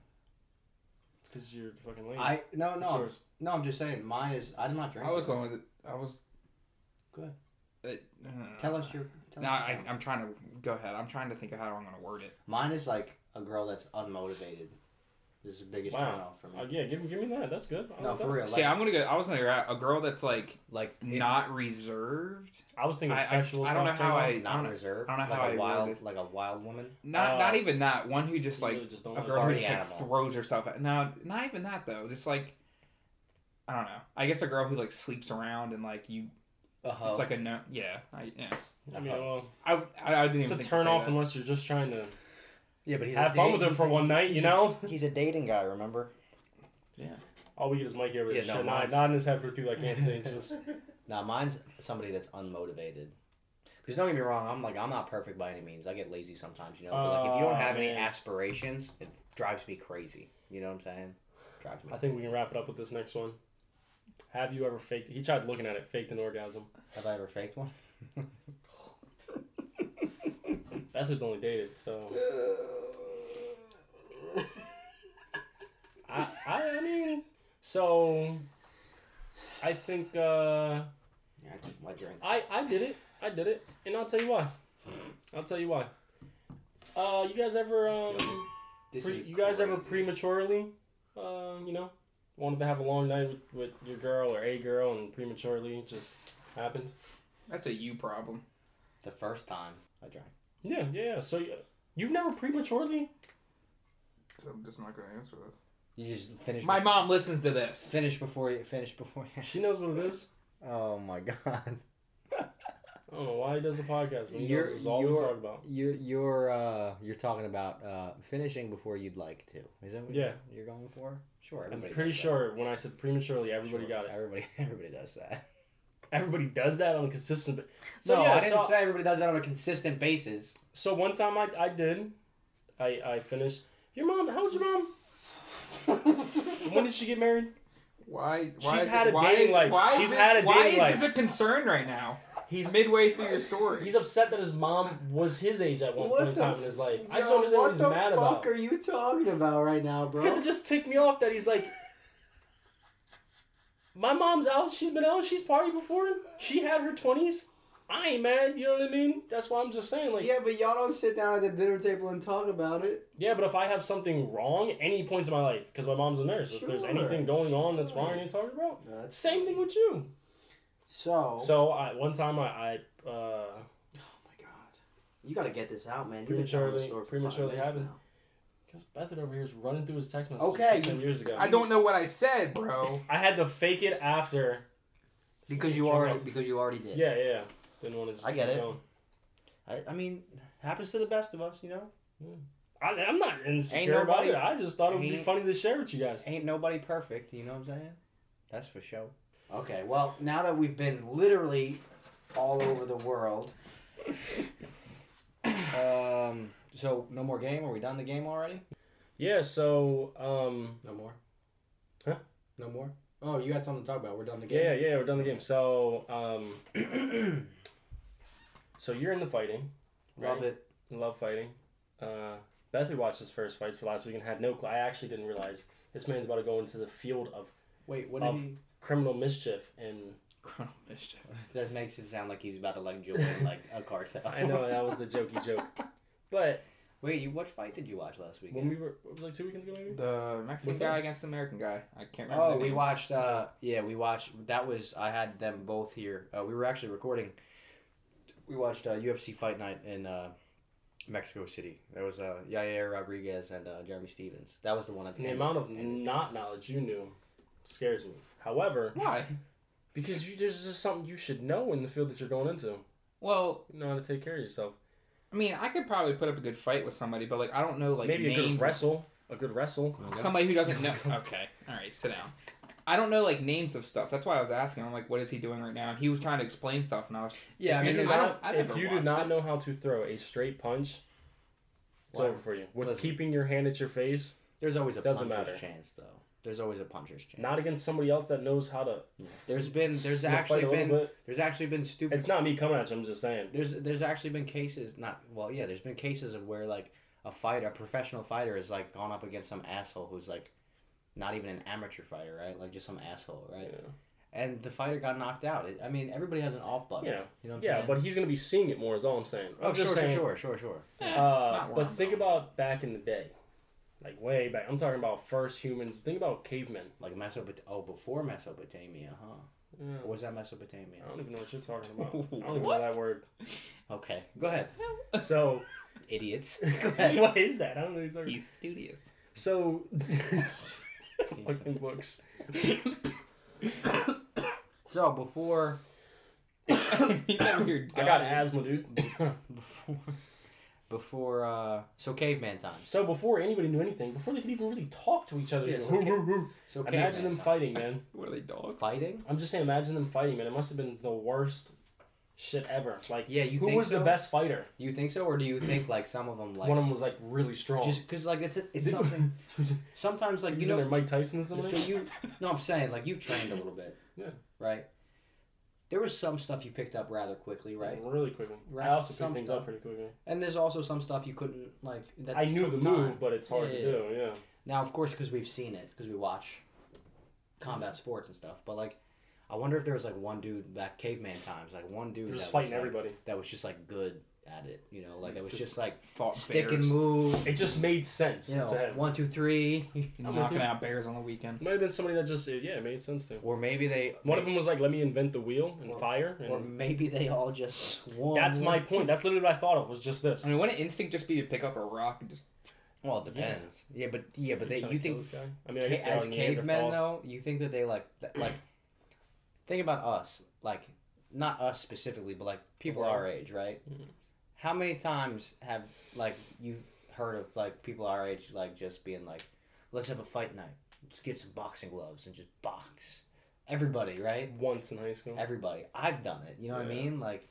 Speaker 3: It's because you're fucking lame.
Speaker 1: I no
Speaker 3: It's
Speaker 1: no
Speaker 3: yours.
Speaker 1: no. I'm just saying. Mine is. I'm not drinking.
Speaker 2: I was going with it. I was.
Speaker 1: Good.
Speaker 2: It, no, no, no,
Speaker 1: Tell
Speaker 2: no.
Speaker 1: us your. Tell
Speaker 2: No,
Speaker 1: us
Speaker 2: I,
Speaker 1: your-
Speaker 2: I'm trying to go ahead. I'm trying to think of how I'm gonna word it.
Speaker 1: Mine is like a girl that's unmotivated. This is the biggest
Speaker 3: Wow.
Speaker 1: turnoff for
Speaker 3: Uh,
Speaker 1: me.
Speaker 3: yeah, give, give me that. That's good. I
Speaker 1: No,
Speaker 3: like
Speaker 1: for
Speaker 3: that.
Speaker 1: real. Like,
Speaker 2: See, I'm gonna go. I was gonna go out- a girl that's like
Speaker 1: like if-
Speaker 2: not reserved.
Speaker 3: I was thinking
Speaker 2: I- I-
Speaker 3: sexual
Speaker 2: I
Speaker 3: stuff.
Speaker 2: don't know how
Speaker 3: turn
Speaker 2: I-
Speaker 3: off.
Speaker 1: not
Speaker 2: don't know-
Speaker 1: reserved.
Speaker 2: I don't know
Speaker 1: like
Speaker 2: how
Speaker 1: a
Speaker 2: I word
Speaker 1: wild,
Speaker 2: it.
Speaker 1: like a wild woman.
Speaker 2: Not
Speaker 3: Uh,
Speaker 2: not even that. One who just
Speaker 3: You
Speaker 2: like
Speaker 3: really just don't
Speaker 2: a
Speaker 3: like
Speaker 2: girl who
Speaker 1: Party
Speaker 2: just like
Speaker 1: animal.
Speaker 2: throws herself. At, no, not even that though. Just like I don't know. I guess a girl who like sleeps around and like you.
Speaker 1: Uh-huh.
Speaker 2: It's like a no. Yeah. I, yeah.
Speaker 3: I mean, well,
Speaker 2: I I, I didn't
Speaker 3: it's
Speaker 2: even.
Speaker 3: a
Speaker 2: think
Speaker 3: turn
Speaker 2: to say
Speaker 3: off
Speaker 2: that.
Speaker 3: unless you're just trying to
Speaker 1: yeah, but he's
Speaker 3: have fun with her for one night, you know?
Speaker 1: He's a dating guy, remember?
Speaker 3: All we get is Mike here with
Speaker 1: Yeah,
Speaker 3: his
Speaker 1: no,
Speaker 3: shit.
Speaker 1: mine's-
Speaker 3: Nod, nod in his head for the people that can't see. It's Just
Speaker 1: Now mine's somebody that's unmotivated. Because don't get me wrong, I'm like I'm not perfect by any means. I get lazy sometimes, you know. But like if you
Speaker 3: Oh,
Speaker 1: don't have any
Speaker 3: man.
Speaker 1: aspirations, it drives me crazy. You know what I'm saying? Drives me.
Speaker 3: I think we can wrap it up with this next one. Have you ever faked? He tried looking at it, faked an orgasm.
Speaker 1: Have I ever faked one?
Speaker 3: Bethard's only dated, so I, I, I mean, so I think uh,
Speaker 1: Yeah, I took my drink.
Speaker 3: I, I did it. I did it, and I'll tell you why. I'll tell you why. Uh, you guys ever um,
Speaker 1: This
Speaker 3: pre-
Speaker 1: is
Speaker 3: you guys ever
Speaker 1: crazy.
Speaker 3: prematurely, uh, you know, wanted to have a long night with, with your girl or a girl, and prematurely it just happened.
Speaker 2: That's a you problem.
Speaker 1: the first time I drank.
Speaker 3: Yeah, yeah. yeah. So uh, you've never prematurely?
Speaker 2: So I'm just not gonna answer that.
Speaker 1: You just finish.
Speaker 2: My
Speaker 1: be-
Speaker 2: mom listens to this.
Speaker 1: Finish before you finish before. You.
Speaker 3: She knows what it is.
Speaker 1: Oh my god.
Speaker 3: I don't know why he does a podcast. When he
Speaker 1: You're-
Speaker 3: does, this is all we
Speaker 1: you're-
Speaker 3: talk about.
Speaker 1: You you're uh you're talking about uh finishing before you'd like to. Is that what
Speaker 3: Yeah.
Speaker 1: you're going for? Sure.
Speaker 3: I'm
Speaker 1: everybody
Speaker 3: pretty
Speaker 1: does that.
Speaker 3: sure when I said prematurely, everybody
Speaker 1: Sure,
Speaker 3: got it.
Speaker 1: Everybody everybody does that.
Speaker 3: Everybody does that on a consistent. Ba- so
Speaker 1: no,
Speaker 3: yeah,
Speaker 1: I didn't
Speaker 3: so,
Speaker 1: say everybody does that on a consistent basis.
Speaker 3: so one time I, I did, I I finished. Your mom? How old's your mom? When did she get married?
Speaker 2: Why? why
Speaker 3: She's
Speaker 2: is
Speaker 3: had
Speaker 2: it-
Speaker 3: a
Speaker 2: why-
Speaker 3: dating life.
Speaker 2: Why
Speaker 3: She's
Speaker 2: is it-
Speaker 3: had a
Speaker 2: Why
Speaker 3: dating
Speaker 2: is
Speaker 3: life.
Speaker 2: this a concern right now?
Speaker 3: He's
Speaker 2: Midway through your story.
Speaker 3: he's upset that his mom was his age at one
Speaker 1: What
Speaker 3: point in
Speaker 1: the
Speaker 3: time in his life. I just don't understand what he's mad about.
Speaker 1: are you talking about right now, bro?
Speaker 3: Because it just ticked me off that he's like, my mom's out. She's been out. She's partied before. She had her twenties. I ain't mad. You know what I mean? That's why I'm just saying. Like, yeah.
Speaker 1: but y'all don't sit down at the dinner table and talk about it.
Speaker 3: but if I have something wrong, any points in my life, because my mom's a nurse. If there's
Speaker 1: Sure.
Speaker 3: anything going on that's wrong, you talk about. Same thing with you.
Speaker 1: So.
Speaker 3: So I one time I, I uh,
Speaker 1: Oh my god. You gotta get this out, man.
Speaker 3: Prematurely- prematurely having- because Bethard over here is running through his text messages
Speaker 1: Okay,
Speaker 3: from ten
Speaker 1: you-
Speaker 3: years ago.
Speaker 2: I don't know what I said, bro.
Speaker 3: I had to fake it after.
Speaker 1: Because you
Speaker 3: Sure.
Speaker 1: already because you already did.
Speaker 3: Yeah, yeah. yeah. Didn't want to. Just
Speaker 1: I get
Speaker 3: keep
Speaker 1: it.
Speaker 3: going.
Speaker 1: I, I mean, happens to the best of us, you know.
Speaker 3: I, I'm not insecure
Speaker 1: Ain't
Speaker 3: about
Speaker 1: nobody-
Speaker 3: it. I just thought it would be
Speaker 1: ain't-
Speaker 3: funny to share with you guys.
Speaker 1: Ain't nobody perfect, you know what I'm saying? That's for sure. Okay, well, now that we've been literally all over the world, um, so no more game. Are we done the game already?
Speaker 3: Yeah, so um
Speaker 1: No more.
Speaker 3: Huh?
Speaker 1: No more. Oh, you had something to talk about. We're done the
Speaker 3: yeah,
Speaker 1: game.
Speaker 3: yeah, we're done the game. So um so you're into fighting.
Speaker 1: Love it.
Speaker 3: You Love fighting. Uh Bethany watched his first fights for last week and had no clue. I actually didn't realize this man's about to go into the field of
Speaker 1: Wait, what
Speaker 3: Of-
Speaker 1: did he?
Speaker 3: criminal mischief and
Speaker 2: Criminal mischief.
Speaker 1: That makes it sound like he's about to like join like a cartel.
Speaker 3: I know that was the jokey joke. But
Speaker 1: Wait, you what fight did you watch last week?
Speaker 3: when we were it was like two weekends ago maybe?
Speaker 2: The Mexican
Speaker 3: With
Speaker 2: guy
Speaker 3: us?
Speaker 2: against the American guy. I can't remember.
Speaker 1: Oh,
Speaker 2: the
Speaker 1: we
Speaker 2: names.
Speaker 1: watched. uh Yeah, we watched. That was I had them both here. Uh, we were actually recording. We watched uh, UFC Fight Night in uh, Mexico City. That was uh, Yair Rodriguez and uh, Jeremy Stevens. That was the one. At
Speaker 3: And the
Speaker 1: end.
Speaker 3: amount of
Speaker 1: And-
Speaker 3: not knowledge you knew scares me. However,
Speaker 2: Why?
Speaker 3: because you there's just something you should know in the field that you're going into.
Speaker 2: Well,
Speaker 3: You know how to take care of yourself.
Speaker 2: I mean, I could probably put up a good fight with somebody, but like, I don't know, like
Speaker 3: Maybe a
Speaker 2: names.
Speaker 3: good wrestle. A good wrestle.
Speaker 2: somebody who doesn't know. Okay, all right, sit down. I don't know like names of stuff. That's why I was asking. I'm like, what is he doing right now? And he was trying to explain stuff, and I was.
Speaker 1: yeah,
Speaker 3: if
Speaker 1: I mean,
Speaker 3: you, do
Speaker 1: there's-
Speaker 3: not,
Speaker 2: I
Speaker 3: if
Speaker 2: never
Speaker 3: you do
Speaker 2: watched
Speaker 3: not
Speaker 2: it.
Speaker 3: know how to throw a straight punch, it's
Speaker 1: Why?
Speaker 3: over for you. With
Speaker 1: Listen.
Speaker 3: keeping your hand at your face,
Speaker 1: there's always a puncher's
Speaker 3: Doesn't matter.
Speaker 1: chance though. There's always a puncher's chance.
Speaker 3: not against somebody else that knows how to.
Speaker 1: There's been. There's
Speaker 3: fight a
Speaker 1: actually
Speaker 3: little
Speaker 1: been.
Speaker 3: bit.
Speaker 1: There's actually been stupid.
Speaker 3: It's not me coming at you. I'm just saying.
Speaker 1: There's there's actually been cases not well yeah there's been cases of where like a fighter a professional fighter has like gone up against some asshole who's like not even an amateur fighter right like just some asshole right and the fighter got knocked out it, I mean everybody has an off button
Speaker 3: Yeah.
Speaker 1: you know what I'm
Speaker 3: Yeah,
Speaker 1: saying
Speaker 3: but he's gonna be seeing it more. Is all I'm saying. I'm
Speaker 1: oh sure,
Speaker 3: just
Speaker 1: sure
Speaker 3: saying.
Speaker 1: sure sure sure
Speaker 2: Eh,
Speaker 3: Uh,
Speaker 2: not where
Speaker 3: but
Speaker 2: I'm
Speaker 3: think
Speaker 2: going.
Speaker 3: about back in the day, like way back. I'm talking about first humans. Think about cavemen.
Speaker 1: like Mesopotamia oh before Mesopotamia huh
Speaker 3: Yeah.
Speaker 1: was that Mesopotamia
Speaker 3: I don't even know what you're talking about. I don't even know
Speaker 2: What?
Speaker 3: that word.
Speaker 1: okay go ahead
Speaker 3: So
Speaker 1: idiots go ahead.
Speaker 3: what is that? I don't know. These are...
Speaker 2: He's studious.
Speaker 3: So fucking books.
Speaker 1: so before
Speaker 2: He's over here.
Speaker 3: I got
Speaker 2: dying.
Speaker 3: asthma, dude.
Speaker 1: before before uh so caveman time
Speaker 3: so before anybody knew anything, before they could even really talk to each other,
Speaker 1: Yeah,
Speaker 3: you
Speaker 1: so
Speaker 3: know,
Speaker 1: ca-
Speaker 3: "Woo, woo, woo."
Speaker 1: so
Speaker 3: imagine
Speaker 1: caveman
Speaker 3: them
Speaker 1: time.
Speaker 3: fighting, man.
Speaker 2: What are they dogs?
Speaker 1: fighting
Speaker 3: I'm just saying, imagine them fighting, man. It must have been the worst shit ever. Like,
Speaker 1: yeah you
Speaker 3: who
Speaker 1: think
Speaker 3: was
Speaker 1: so?
Speaker 3: the best fighter?
Speaker 1: You think so, or do you think like some of them like
Speaker 3: One of them was like really strong.
Speaker 1: just because like it's it's something sometimes like you
Speaker 3: Isn't there
Speaker 1: know
Speaker 3: Mike Tyson or
Speaker 1: so
Speaker 3: something?
Speaker 1: you no I'm saying like you've trained a little bit
Speaker 3: Yeah.
Speaker 1: right there was some stuff you picked up rather quickly right
Speaker 3: Really quickly.
Speaker 1: Right,
Speaker 3: I also
Speaker 1: some
Speaker 3: picked things
Speaker 1: stuff.
Speaker 3: up pretty quickly.
Speaker 1: and there's also some stuff you couldn't like that
Speaker 3: I knew
Speaker 1: took
Speaker 3: the
Speaker 1: time.
Speaker 3: move, but it's hard
Speaker 1: Yeah,
Speaker 3: to
Speaker 1: yeah,
Speaker 3: do. Yeah.
Speaker 1: now of course because we've seen it because we watch combat sports and stuff but like I wonder if there was like one dude back caveman times like one dude
Speaker 3: You're just
Speaker 1: that was,
Speaker 3: fighting
Speaker 1: like,
Speaker 3: everybody.
Speaker 1: that was just like good at it you know like that was
Speaker 2: Just
Speaker 1: just like
Speaker 2: Fought
Speaker 1: stick and
Speaker 2: bears.
Speaker 1: move
Speaker 3: It just made sense
Speaker 1: you
Speaker 3: to
Speaker 1: know
Speaker 3: him.
Speaker 1: one two three
Speaker 3: I'm with
Speaker 2: Knocking
Speaker 3: you.
Speaker 2: out bears on the weekend.
Speaker 3: It might have been somebody that just said, yeah, it made sense to him.
Speaker 1: or maybe they
Speaker 3: One of them was like, let me invent the wheel and
Speaker 1: Or-
Speaker 3: fire.
Speaker 1: Or
Speaker 3: And
Speaker 1: maybe they all just swarm.
Speaker 3: that's my point. That's literally what I thought of was just this.
Speaker 2: I mean, wouldn't instinct just be to pick up a rock and just
Speaker 1: Well, it depends. Yeah, but yeah, but
Speaker 3: Are
Speaker 1: they,
Speaker 3: trying
Speaker 1: you
Speaker 3: to kill
Speaker 1: think
Speaker 3: this guy? I mean, I guess they
Speaker 1: as
Speaker 3: are
Speaker 1: cavemen
Speaker 3: Neanderthals.
Speaker 1: though, you think that they like that, like think about us, like not us specifically, but like people our age, right?
Speaker 3: Mhm.
Speaker 1: How many times have like you heard of like people our age like just being like, let's have a fight night, let's get some boxing gloves and just box everybody, right?
Speaker 3: Once in high school,
Speaker 1: Everybody. I've done it. You know what I
Speaker 3: Mm-hmm. Yeah.
Speaker 1: mean? Like,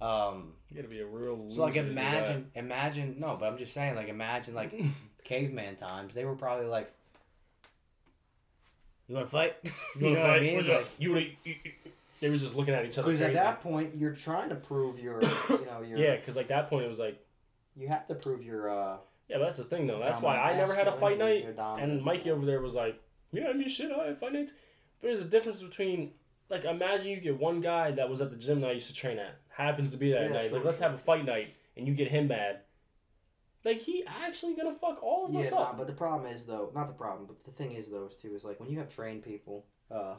Speaker 1: um.
Speaker 3: you gotta be a real loser.
Speaker 1: So like
Speaker 3: to do that.
Speaker 1: imagine imagine no, but I'm just saying like imagine like caveman times. They were probably like, "You want to fight?
Speaker 3: You, know
Speaker 1: know
Speaker 3: fight?
Speaker 1: what I mean?"
Speaker 3: What's up? you wanna? You, you- they were just looking at each other.
Speaker 1: Because
Speaker 3: Crazy.
Speaker 1: at that point, you're trying to prove your, you know, your
Speaker 3: yeah, because like that point it was like,
Speaker 1: you have to prove your. uh
Speaker 3: yeah, but that's the thing though. That's why I never had a fight night, and Mikey over there was like, yeah, I mean, shit, I had fight nights. But there's a difference between like imagine you get one guy that was at the gym that I used to train at happens to be that
Speaker 4: Yeah,
Speaker 3: night.
Speaker 4: sure,
Speaker 3: like let's
Speaker 4: sure.
Speaker 3: have a fight night, and you get him mad. Like he actually gonna fuck all of
Speaker 5: Yeah,
Speaker 3: us
Speaker 5: nah,
Speaker 3: up.
Speaker 5: but the problem is though, not the problem, but the thing is though, is too is like when you have trained people,
Speaker 1: uh,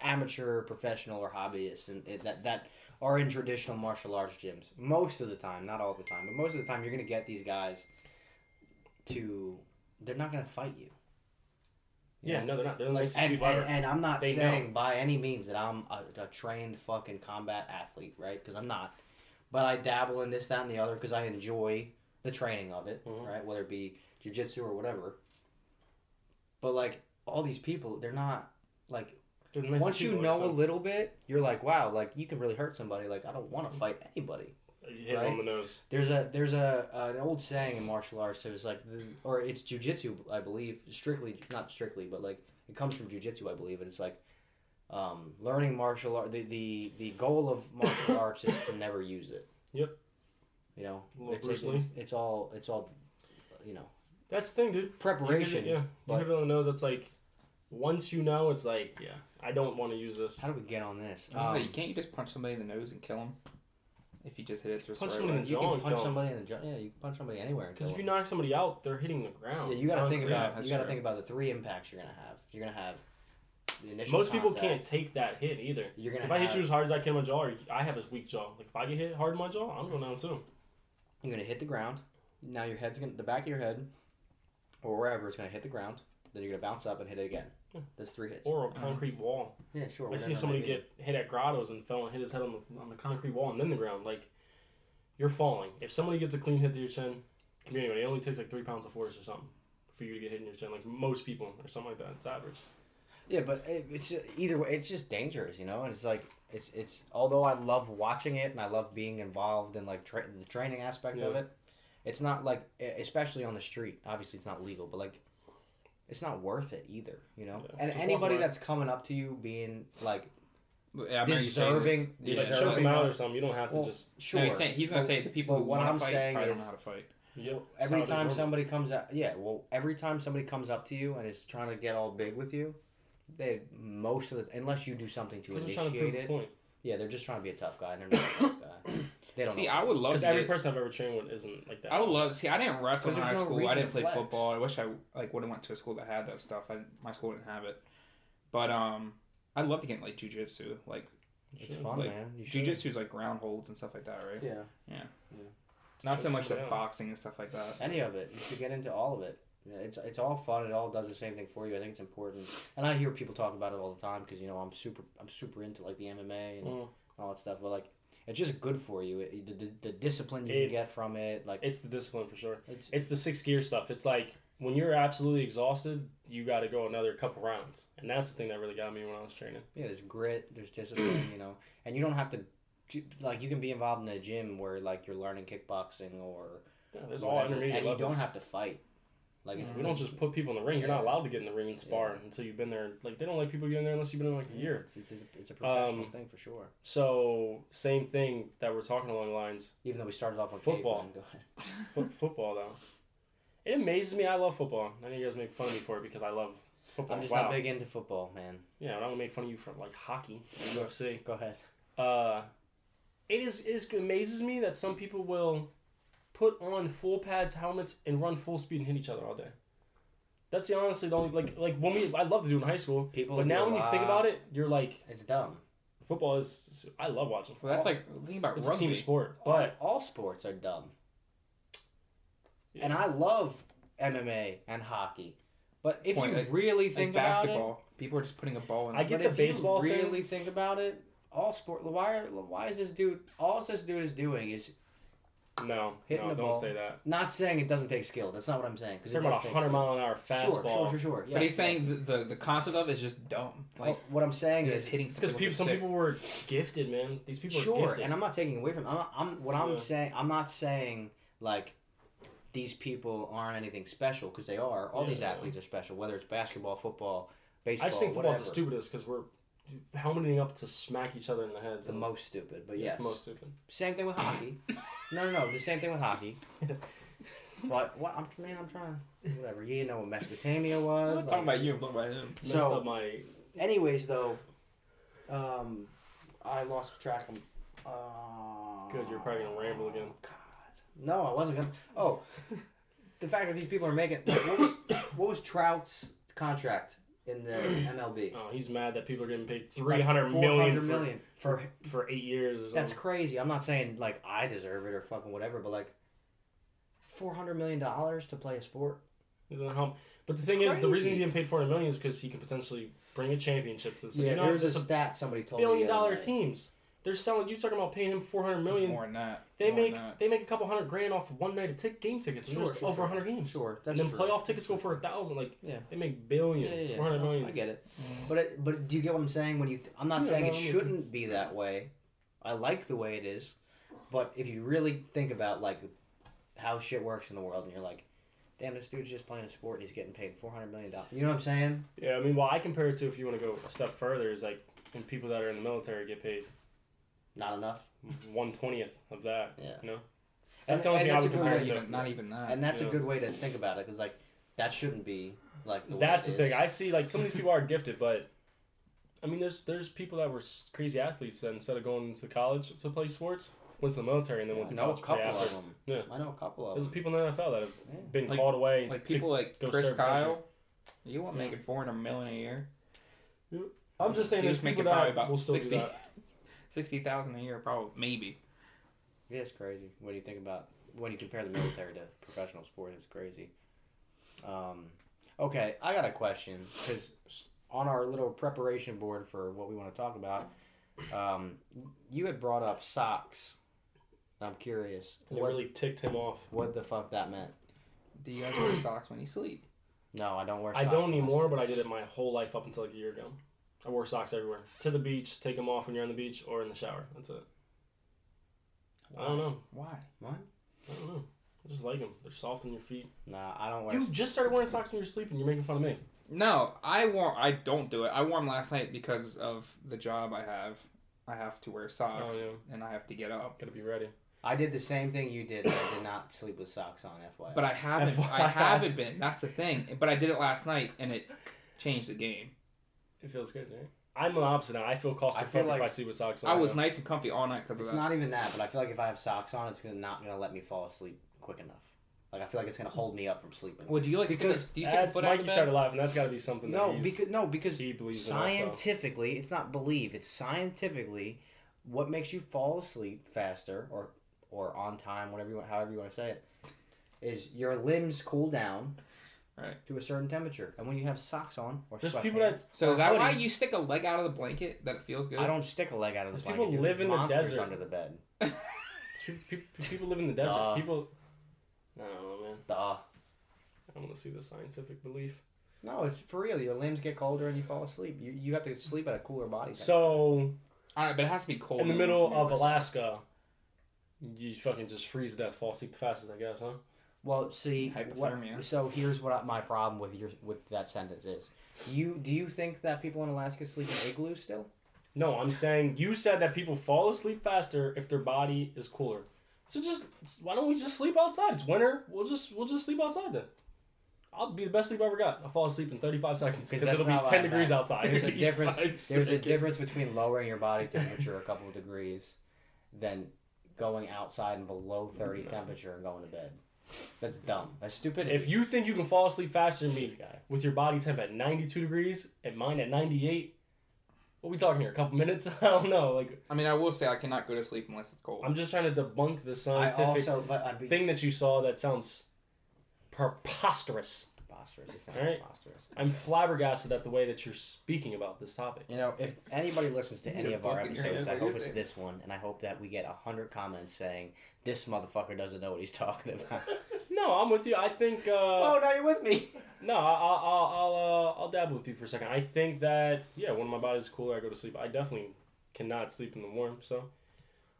Speaker 1: amateur, professional, or hobbyist, and it, that that are in traditional martial arts gyms. Most of the time, not all the time, but most of the time, you're gonna get these guys to. They're not gonna fight you.
Speaker 3: yeah, no, they're not. They're like,
Speaker 1: Like, and, and, and I'm not
Speaker 3: They
Speaker 1: saying by any means that I'm a, a trained fucking combat athlete, right? Because I'm not. But I dabble in this, that, and the other because I enjoy the training of it,
Speaker 3: Mhm.
Speaker 1: right? Whether it be jujitsu or whatever. But like all these people, they're not like
Speaker 3: they're the nicest
Speaker 1: once you
Speaker 3: people,
Speaker 1: know
Speaker 3: so-
Speaker 1: a little bit, you're like, wow, like you can really hurt somebody. Like I don't
Speaker 3: Mm-hmm.
Speaker 1: want to fight anybody.
Speaker 3: You hit it
Speaker 1: right?
Speaker 3: on the nose.
Speaker 1: There's a there's a an old saying in martial arts. It was like the or it's jujitsu, I believe. Strictly not strictly, but like it comes from jujitsu, I believe. And it's like um, learning martial art. The, the the goal of martial arts is to never use it.
Speaker 3: Yep.
Speaker 1: You know,
Speaker 3: Little
Speaker 1: it's,
Speaker 3: Bruce
Speaker 1: it's,
Speaker 3: Lee.
Speaker 1: it's all it's all you know
Speaker 3: That's the thing, dude.
Speaker 1: preparation.
Speaker 3: You hit it, yeah,
Speaker 1: but-
Speaker 3: you hit it on the nose. It's like once you know, it's like yeah, I don't want to use this.
Speaker 1: How do we get on this?
Speaker 2: I was gonna say,
Speaker 1: Um,
Speaker 2: can't you just punch somebody in the nose and kill them? If you just hit it through
Speaker 3: Punch
Speaker 2: the
Speaker 3: someone
Speaker 2: right
Speaker 3: in
Speaker 2: way.
Speaker 1: you
Speaker 3: John
Speaker 1: can punch
Speaker 3: Joe.
Speaker 1: somebody in the jaw. Yeah, you can punch somebody anywhere. and
Speaker 3: Because
Speaker 1: kill
Speaker 3: if
Speaker 1: 'em.
Speaker 3: you knock somebody out, they're hitting the ground.
Speaker 1: Yeah, you got to think
Speaker 3: Concrete.
Speaker 1: about
Speaker 2: that's
Speaker 1: you got to
Speaker 2: true.
Speaker 1: think about the three impacts you're gonna have. You're gonna have the initial.
Speaker 3: Most people
Speaker 1: contact.
Speaker 3: can't take that hit either.
Speaker 1: You're gonna
Speaker 3: If I
Speaker 1: have,
Speaker 3: hit you as hard as I can in my jaw, or I have a weak jaw. Like if I get hit hard in my jaw, I'm going down too.
Speaker 1: You're gonna hit the ground. Now your head's gonna the back of your head, or wherever it's gonna hit the ground. Then you're gonna bounce up and hit it again.
Speaker 3: Yeah.
Speaker 1: That's three hits.
Speaker 3: Hmm. Or a concrete wall.
Speaker 1: yeah, sure.
Speaker 3: I
Speaker 1: Uh-huh. whatever
Speaker 3: see
Speaker 1: it
Speaker 3: somebody
Speaker 1: might be.
Speaker 3: get hit at grottos and fell and hit his head on the on the concrete wall and then the ground. Like you're falling. If somebody gets a clean hit to your chin, it can be anybody. It only takes like three pounds of force or something for you to get hit in your chin. Like most people or something like that. It's average.
Speaker 1: Yeah, but it, it's ju- either way, it's just dangerous, you know. And it's like it's it's although I love watching it and I love being involved in like tra- the training aspect of
Speaker 3: Yeah.
Speaker 1: it. It's not like e- especially on the street. Obviously, it's not legal, but like it's not worth it either, you know.
Speaker 3: Yeah,
Speaker 1: and
Speaker 3: just walk
Speaker 1: anybody
Speaker 3: away.
Speaker 1: that's coming up to you being like
Speaker 2: Yeah, I remember you saying
Speaker 1: Deserving-
Speaker 2: this.
Speaker 3: You
Speaker 1: Yeah,
Speaker 3: like
Speaker 1: sure.
Speaker 3: choke him out or something. You don't have to
Speaker 1: Well,
Speaker 3: just.
Speaker 1: sure.
Speaker 2: No, he's, saying, he's gonna
Speaker 1: But
Speaker 2: say the people who
Speaker 1: but what
Speaker 2: want
Speaker 1: I'm
Speaker 2: to fight
Speaker 1: saying
Speaker 2: probably don't
Speaker 1: is-
Speaker 2: know how to fight.
Speaker 3: Yep.
Speaker 1: every
Speaker 3: That's how it
Speaker 1: time
Speaker 3: is.
Speaker 1: somebody comes out, yeah. Well, every time somebody comes up to you and is trying to get all big with you, they most of the unless you do something to
Speaker 3: Because they're trying to prove
Speaker 1: initiate
Speaker 3: a
Speaker 1: it,
Speaker 3: point.
Speaker 1: yeah, they're just trying to be a tough guy. And they're not a tough guy. They don't
Speaker 2: See,
Speaker 1: know.
Speaker 2: I would love
Speaker 3: Because
Speaker 2: to
Speaker 3: every
Speaker 2: get-
Speaker 3: person I've ever trained with isn't like that.
Speaker 2: I would love. See, I didn't wrestle
Speaker 1: 'Cause
Speaker 2: in high
Speaker 1: there's no
Speaker 2: school. I
Speaker 1: reason
Speaker 2: didn't
Speaker 1: to
Speaker 2: play
Speaker 1: flex.
Speaker 2: football. I wish I like would have went to a school that had that stuff. I, my school didn't have it. But um, I'd love to get like jujitsu. Like
Speaker 1: it's fun,
Speaker 2: like,
Speaker 1: man. You should.
Speaker 2: jujitsu is like ground holds and stuff like that, right?
Speaker 1: Yeah.
Speaker 2: Not so
Speaker 3: Choke
Speaker 2: much the
Speaker 3: somebody out.
Speaker 2: boxing and stuff like that.
Speaker 1: Any of it. You should get into all of it. Yeah, It's it's all fun. It all does the same thing for you. I think it's important. And I hear people talk about it all the time because you know I'm super I'm super into like the MMA and
Speaker 3: Mm.
Speaker 1: all that stuff. But like, it's just good for you. It, the, the, the discipline you
Speaker 3: It-
Speaker 1: can get from it, like
Speaker 3: It's the discipline for sure.
Speaker 1: it's
Speaker 3: It's the six gear stuff. It's like when you're absolutely exhausted, you got to go another couple rounds, and that's the thing that really got me when I was training.
Speaker 1: Yeah, there's grit, there's discipline, you know, and you don't have to, do- like, you can be involved in a gym where like you're learning kickboxing or
Speaker 3: Yeah, there's all
Speaker 1: whatever,
Speaker 3: intermediate
Speaker 1: and you
Speaker 3: levels.
Speaker 1: don't have to fight. Like, it's,
Speaker 3: we don't just put people in the ring. You're not
Speaker 1: Yeah.
Speaker 3: allowed to get in the ring and spar until you've been there. Like they don't let people get in there unless you've been in like a year.
Speaker 1: It's, it's, a- it's a professional
Speaker 3: Um,
Speaker 1: thing for sure.
Speaker 3: So same thing that we're talking along the lines.
Speaker 1: Even though we started off on
Speaker 3: football.
Speaker 1: caveman, go ahead.
Speaker 3: Fo- football though, it amazes me. I love football. I know you guys make fun of me for it because I love football.
Speaker 1: I'm just
Speaker 3: wow.
Speaker 1: not big into football, man.
Speaker 3: Yeah, but I'm gonna make fun of you for like hockey, and UFC.
Speaker 1: Go ahead.
Speaker 3: Uh, it is it is, amazes me that some people will put on full pads, helmets, and run full speed and hit each other all day. That's the honestly the only like like when we I love to do it in high school,
Speaker 1: People.
Speaker 3: but
Speaker 1: do a
Speaker 3: now when you think
Speaker 1: lot-
Speaker 3: about it, you're like
Speaker 1: it's dumb.
Speaker 3: football is I love watching football.
Speaker 2: Well, that's like the thing about
Speaker 3: it's a
Speaker 2: rugby.
Speaker 3: team sport, but
Speaker 1: all, all sports are dumb. And I love MMA and hockey. But if
Speaker 2: Point,
Speaker 1: you
Speaker 2: like-
Speaker 1: really
Speaker 2: Like
Speaker 1: think about it,
Speaker 2: basketball. People are just putting a ball in.
Speaker 3: I
Speaker 2: the-
Speaker 3: get
Speaker 1: but
Speaker 3: the
Speaker 1: if
Speaker 3: baseball
Speaker 1: you
Speaker 3: thing.
Speaker 1: really think about it, all sport. Why? Are, why is this dude? All this dude is doing is
Speaker 3: No,
Speaker 1: Hitting
Speaker 3: no,
Speaker 1: the
Speaker 3: don't
Speaker 1: ball.
Speaker 3: say that.
Speaker 1: not saying it doesn't take skill. That's not what I'm saying.
Speaker 3: He's
Speaker 1: it
Speaker 3: talking about
Speaker 1: does take
Speaker 3: a 100
Speaker 1: skill.
Speaker 3: mile an hour
Speaker 1: Sure, sure,
Speaker 3: fastball.
Speaker 1: sure, sure.
Speaker 2: but
Speaker 1: yes,
Speaker 2: he's saying
Speaker 1: yes.
Speaker 2: the, the the concept of it is just dumb. Like
Speaker 1: Well, what I'm saying
Speaker 2: it's
Speaker 1: is
Speaker 2: hitting.
Speaker 3: It's because
Speaker 2: something with
Speaker 3: people, some
Speaker 2: a stick.
Speaker 3: people were gifted, man. These people are
Speaker 1: sure,
Speaker 3: gifted.
Speaker 1: and I'm not taking away from. I'm. Not, I'm what I'm
Speaker 3: Yeah.
Speaker 1: saying. I'm not saying like these people aren't anything special because they are. All these
Speaker 3: Yeah.
Speaker 1: athletes are special, whether it's basketball, football, baseball.
Speaker 3: I just think football's the
Speaker 1: whatever.
Speaker 3: stupidest because we're helmeting up to smack each other in the heads.
Speaker 1: The
Speaker 3: and-
Speaker 1: most stupid, but
Speaker 3: Yeah,
Speaker 1: yes.
Speaker 3: most stupid.
Speaker 1: Same thing with hockey. no, no, no. The same thing with hockey. But what I'm man, I'm trying. Whatever. You didn't know what Mesopotamia
Speaker 2: I'm
Speaker 1: was.
Speaker 2: not
Speaker 1: like-
Speaker 2: talking about you. I'm talking about him.
Speaker 3: Messed
Speaker 1: So-
Speaker 3: up my
Speaker 1: Anyways, though, um, I lost track of. Uh,
Speaker 3: Good, you're probably gonna ramble again.
Speaker 1: God, no, I wasn't gonna. Oh, the fact that these people are making like, what was what was Trout's contract in the MLB?
Speaker 3: Oh, he's mad that people are getting paid
Speaker 1: Like,
Speaker 3: three hundred
Speaker 1: 400
Speaker 3: million
Speaker 1: million for,
Speaker 3: for, for eight years or something.
Speaker 1: that's crazy. I'm not saying like I deserve it or fucking whatever, but like four hundred million dollars to play a sport.
Speaker 3: Isn't that home? But the thing is, the
Speaker 1: crazy.
Speaker 3: reason he's getting paid four hundred million is because he can potentially bring a championship to the city.
Speaker 1: yeah,
Speaker 3: you know,
Speaker 1: there was a
Speaker 3: it's a
Speaker 1: stat somebody told me.
Speaker 3: billion
Speaker 1: the other
Speaker 3: dollar
Speaker 1: night.
Speaker 3: teams. They're selling. You talking about paying him four hundred million?
Speaker 2: More than that.
Speaker 3: They
Speaker 2: more
Speaker 3: make
Speaker 2: than that.
Speaker 3: they make a couple hundred grand off one night of tick game tickets. and
Speaker 1: Sure,
Speaker 3: there's
Speaker 1: sure,
Speaker 3: over
Speaker 1: sure.
Speaker 3: a hundred games.
Speaker 1: Sure, that's
Speaker 3: and then
Speaker 1: true.
Speaker 3: playoff tickets go for a thousand. Like
Speaker 1: Yeah.
Speaker 3: they make billions, four hundred
Speaker 1: no,
Speaker 3: million.
Speaker 1: I get it, but it, but do you get what I'm saying? When you, th- I'm not
Speaker 3: Yeah,
Speaker 1: saying
Speaker 3: no,
Speaker 1: it
Speaker 3: I'm with
Speaker 1: shouldn't be that way. I like the way it is, but if you really think about like how shit works in the world, and you're like, damn, this dude's just playing a sport and he's getting paid four hundred million dollars. You know what I'm saying?
Speaker 3: Yeah, I mean, well, I compare it to if you want to go a step further is like, and people that are in the military get paid
Speaker 1: Not enough.
Speaker 3: one twentieth of that.
Speaker 1: Yeah.
Speaker 3: You know,
Speaker 1: And-
Speaker 3: that's the only
Speaker 1: and
Speaker 3: thing I
Speaker 1: that's
Speaker 3: would
Speaker 1: a good
Speaker 3: compare
Speaker 1: way
Speaker 3: it
Speaker 2: Not
Speaker 1: to-
Speaker 3: to.
Speaker 2: even, not even that.
Speaker 1: And that's a
Speaker 3: Yeah.
Speaker 1: good way to think about it because like that shouldn't be like the.
Speaker 3: That's the
Speaker 1: way it
Speaker 3: thing.
Speaker 1: is.
Speaker 3: I see like some of these people are gifted, but I mean, there's there's people that were s- crazy athletes that instead of going into college to play sports, went to the military and then went
Speaker 1: I
Speaker 3: to
Speaker 1: know a
Speaker 3: college. to play
Speaker 1: couple of
Speaker 3: athlete.
Speaker 1: them.
Speaker 3: Yeah.
Speaker 1: I know a couple of
Speaker 3: There's
Speaker 1: them.
Speaker 3: people in the NFL that have
Speaker 1: Yeah.
Speaker 3: been
Speaker 2: Like-
Speaker 3: called away.
Speaker 2: like
Speaker 3: to-
Speaker 2: people like
Speaker 3: go
Speaker 2: Chris
Speaker 3: serve country.
Speaker 2: Kyle. You won't
Speaker 3: Yeah.
Speaker 2: make it four hundred million a year.
Speaker 3: I'm just saying,
Speaker 2: he
Speaker 3: there's
Speaker 2: was making
Speaker 3: people that
Speaker 2: probably about
Speaker 3: will still do
Speaker 2: 60.
Speaker 3: that.
Speaker 2: Sixty thousand a year, probably maybe.
Speaker 1: Yeah, it's crazy. When you think about when you compare the military to professional sport, it's crazy. Um, okay, I got a question because on our little preparation board for what we want to talk about, um, you had brought up socks. I'm curious
Speaker 3: And it
Speaker 1: what,
Speaker 3: really ticked him off.
Speaker 1: what the fuck that meant.
Speaker 2: Do you guys wear socks when you sleep?
Speaker 1: No, I don't wear.
Speaker 3: I
Speaker 1: socks
Speaker 3: don't
Speaker 1: when
Speaker 3: anymore, but I did it my whole life up until like a year ago. I wore socks everywhere. To the beach, take them off when you're on the beach or in the shower. That's it. I don't know.
Speaker 2: Why?
Speaker 3: I don't know. I just like them. They're soft on your feet.
Speaker 1: Nah, I don't wear.
Speaker 3: You just started wearing socks when you're sleeping. You're making fun of me.
Speaker 2: No, I warm. I don't do it. I warm last night because of the job I have. I have to wear socks
Speaker 3: Oh,
Speaker 2: and I have to get up.
Speaker 3: Gotta be ready.
Speaker 1: I did the same thing you did. but I did not sleep with socks on. FYI.
Speaker 2: But I haven't. I
Speaker 3: FYI.
Speaker 2: haven't been. That's the thing. But I did it last night and it changed the game.
Speaker 3: It feels good, right? I'm the opposite. now. I feel claustrophobic
Speaker 1: like-
Speaker 3: if I sleep with socks on.
Speaker 2: I was nice and comfy all night because of
Speaker 1: It's
Speaker 2: that.
Speaker 1: not even that, but I feel like if I have socks on, it's gonna not gonna let me fall asleep quick enough. Like I feel like it's gonna hold me up from sleeping.
Speaker 2: well, do you like
Speaker 1: Because
Speaker 2: stick a, do you stick a
Speaker 3: That's
Speaker 2: foot out
Speaker 3: Mikey
Speaker 2: of
Speaker 3: started
Speaker 2: bed?
Speaker 3: laughing. That's got to be something. That
Speaker 1: No,
Speaker 3: he's,
Speaker 1: because no, because
Speaker 3: he believes in also.
Speaker 1: scientifically, it's not believe. It's scientifically what makes you fall asleep faster or or on time, whatever you want, however you want to say it, is your limbs cool down
Speaker 2: Right.
Speaker 1: to a certain temperature, and when you have socks on or
Speaker 3: There's
Speaker 1: sweatpants,
Speaker 3: people that-
Speaker 2: So is that
Speaker 1: hoodie.
Speaker 2: why you stick a leg out of the blanket that it feels good?
Speaker 1: I don't stick a leg out of the
Speaker 3: Those
Speaker 1: blanket.
Speaker 3: people
Speaker 1: dude.
Speaker 3: live in the
Speaker 1: Monsters
Speaker 3: desert.
Speaker 1: under the bed.
Speaker 3: It's pe- pe- pe- people live in the desert.
Speaker 2: Uh.
Speaker 1: Duh.
Speaker 3: People. I don't know, man.
Speaker 1: Duh.
Speaker 3: I want to see the scientific belief.
Speaker 1: No, it's for real. Your limbs get colder and you fall asleep. You, you have to sleep at a cooler body.
Speaker 3: So
Speaker 2: All right, but it has to be cold.
Speaker 3: in the
Speaker 2: order
Speaker 3: middle
Speaker 2: for me to
Speaker 3: of
Speaker 2: wear
Speaker 3: Alaska, you fucking just freeze to death, fall asleep the fastest, I guess, huh?
Speaker 1: Well, see, what,
Speaker 2: Hypothermia.
Speaker 1: so here's what I, my problem with your with that sentence is. You do you think that people in Alaska sleep in igloos still?
Speaker 3: No, I'm saying you said that people fall asleep faster if their body is cooler. So just why don't we just sleep outside? It's winter. We'll just we'll just sleep outside then. I'll be the best sleep I ever got. I'll fall asleep in 35 seconds
Speaker 1: 'Cause
Speaker 3: because
Speaker 1: that's
Speaker 3: it'll be
Speaker 1: not
Speaker 3: 10
Speaker 1: like
Speaker 3: degrees
Speaker 1: that.
Speaker 3: outside.
Speaker 1: There's a difference.
Speaker 3: Five
Speaker 1: There's a
Speaker 3: seconds.
Speaker 1: difference between lowering your body temperature a couple of degrees than going outside and below 30 temperature and going to bed. That's dumb. That's stupid.
Speaker 3: If you think you can fall asleep faster than
Speaker 1: this
Speaker 3: me
Speaker 1: guy.
Speaker 3: with your body temp at 92 degrees and mine at 98, what we talking here? A couple minutes? I don't know. Like
Speaker 2: I mean, I will say I cannot go to sleep unless it's cold.
Speaker 3: I'm just trying to debunk the
Speaker 1: I
Speaker 3: scientific
Speaker 1: also but I'd be,
Speaker 3: thing that you saw that sounds preposterous.
Speaker 1: Preposterous. It sounds
Speaker 3: Alright.
Speaker 1: preposterous.
Speaker 3: I'm flabbergasted at the way that you're speaking about this topic.
Speaker 1: You know, if anybody listens to any
Speaker 2: You're
Speaker 1: of our
Speaker 2: fucking your
Speaker 1: episodes,
Speaker 2: head
Speaker 1: I hope it's
Speaker 2: everything.
Speaker 1: this one, and I hope that we get hundred comments saying this motherfucker doesn't know what he's talking about.
Speaker 3: No, I'm with you. I think. Uh,
Speaker 1: oh, now you're with me.
Speaker 3: No, I- I'll I'll I'll, uh, I'll dabble with you for a second. I think that yeah, when my body's cooler, I go to sleep. I definitely cannot sleep in the warm, so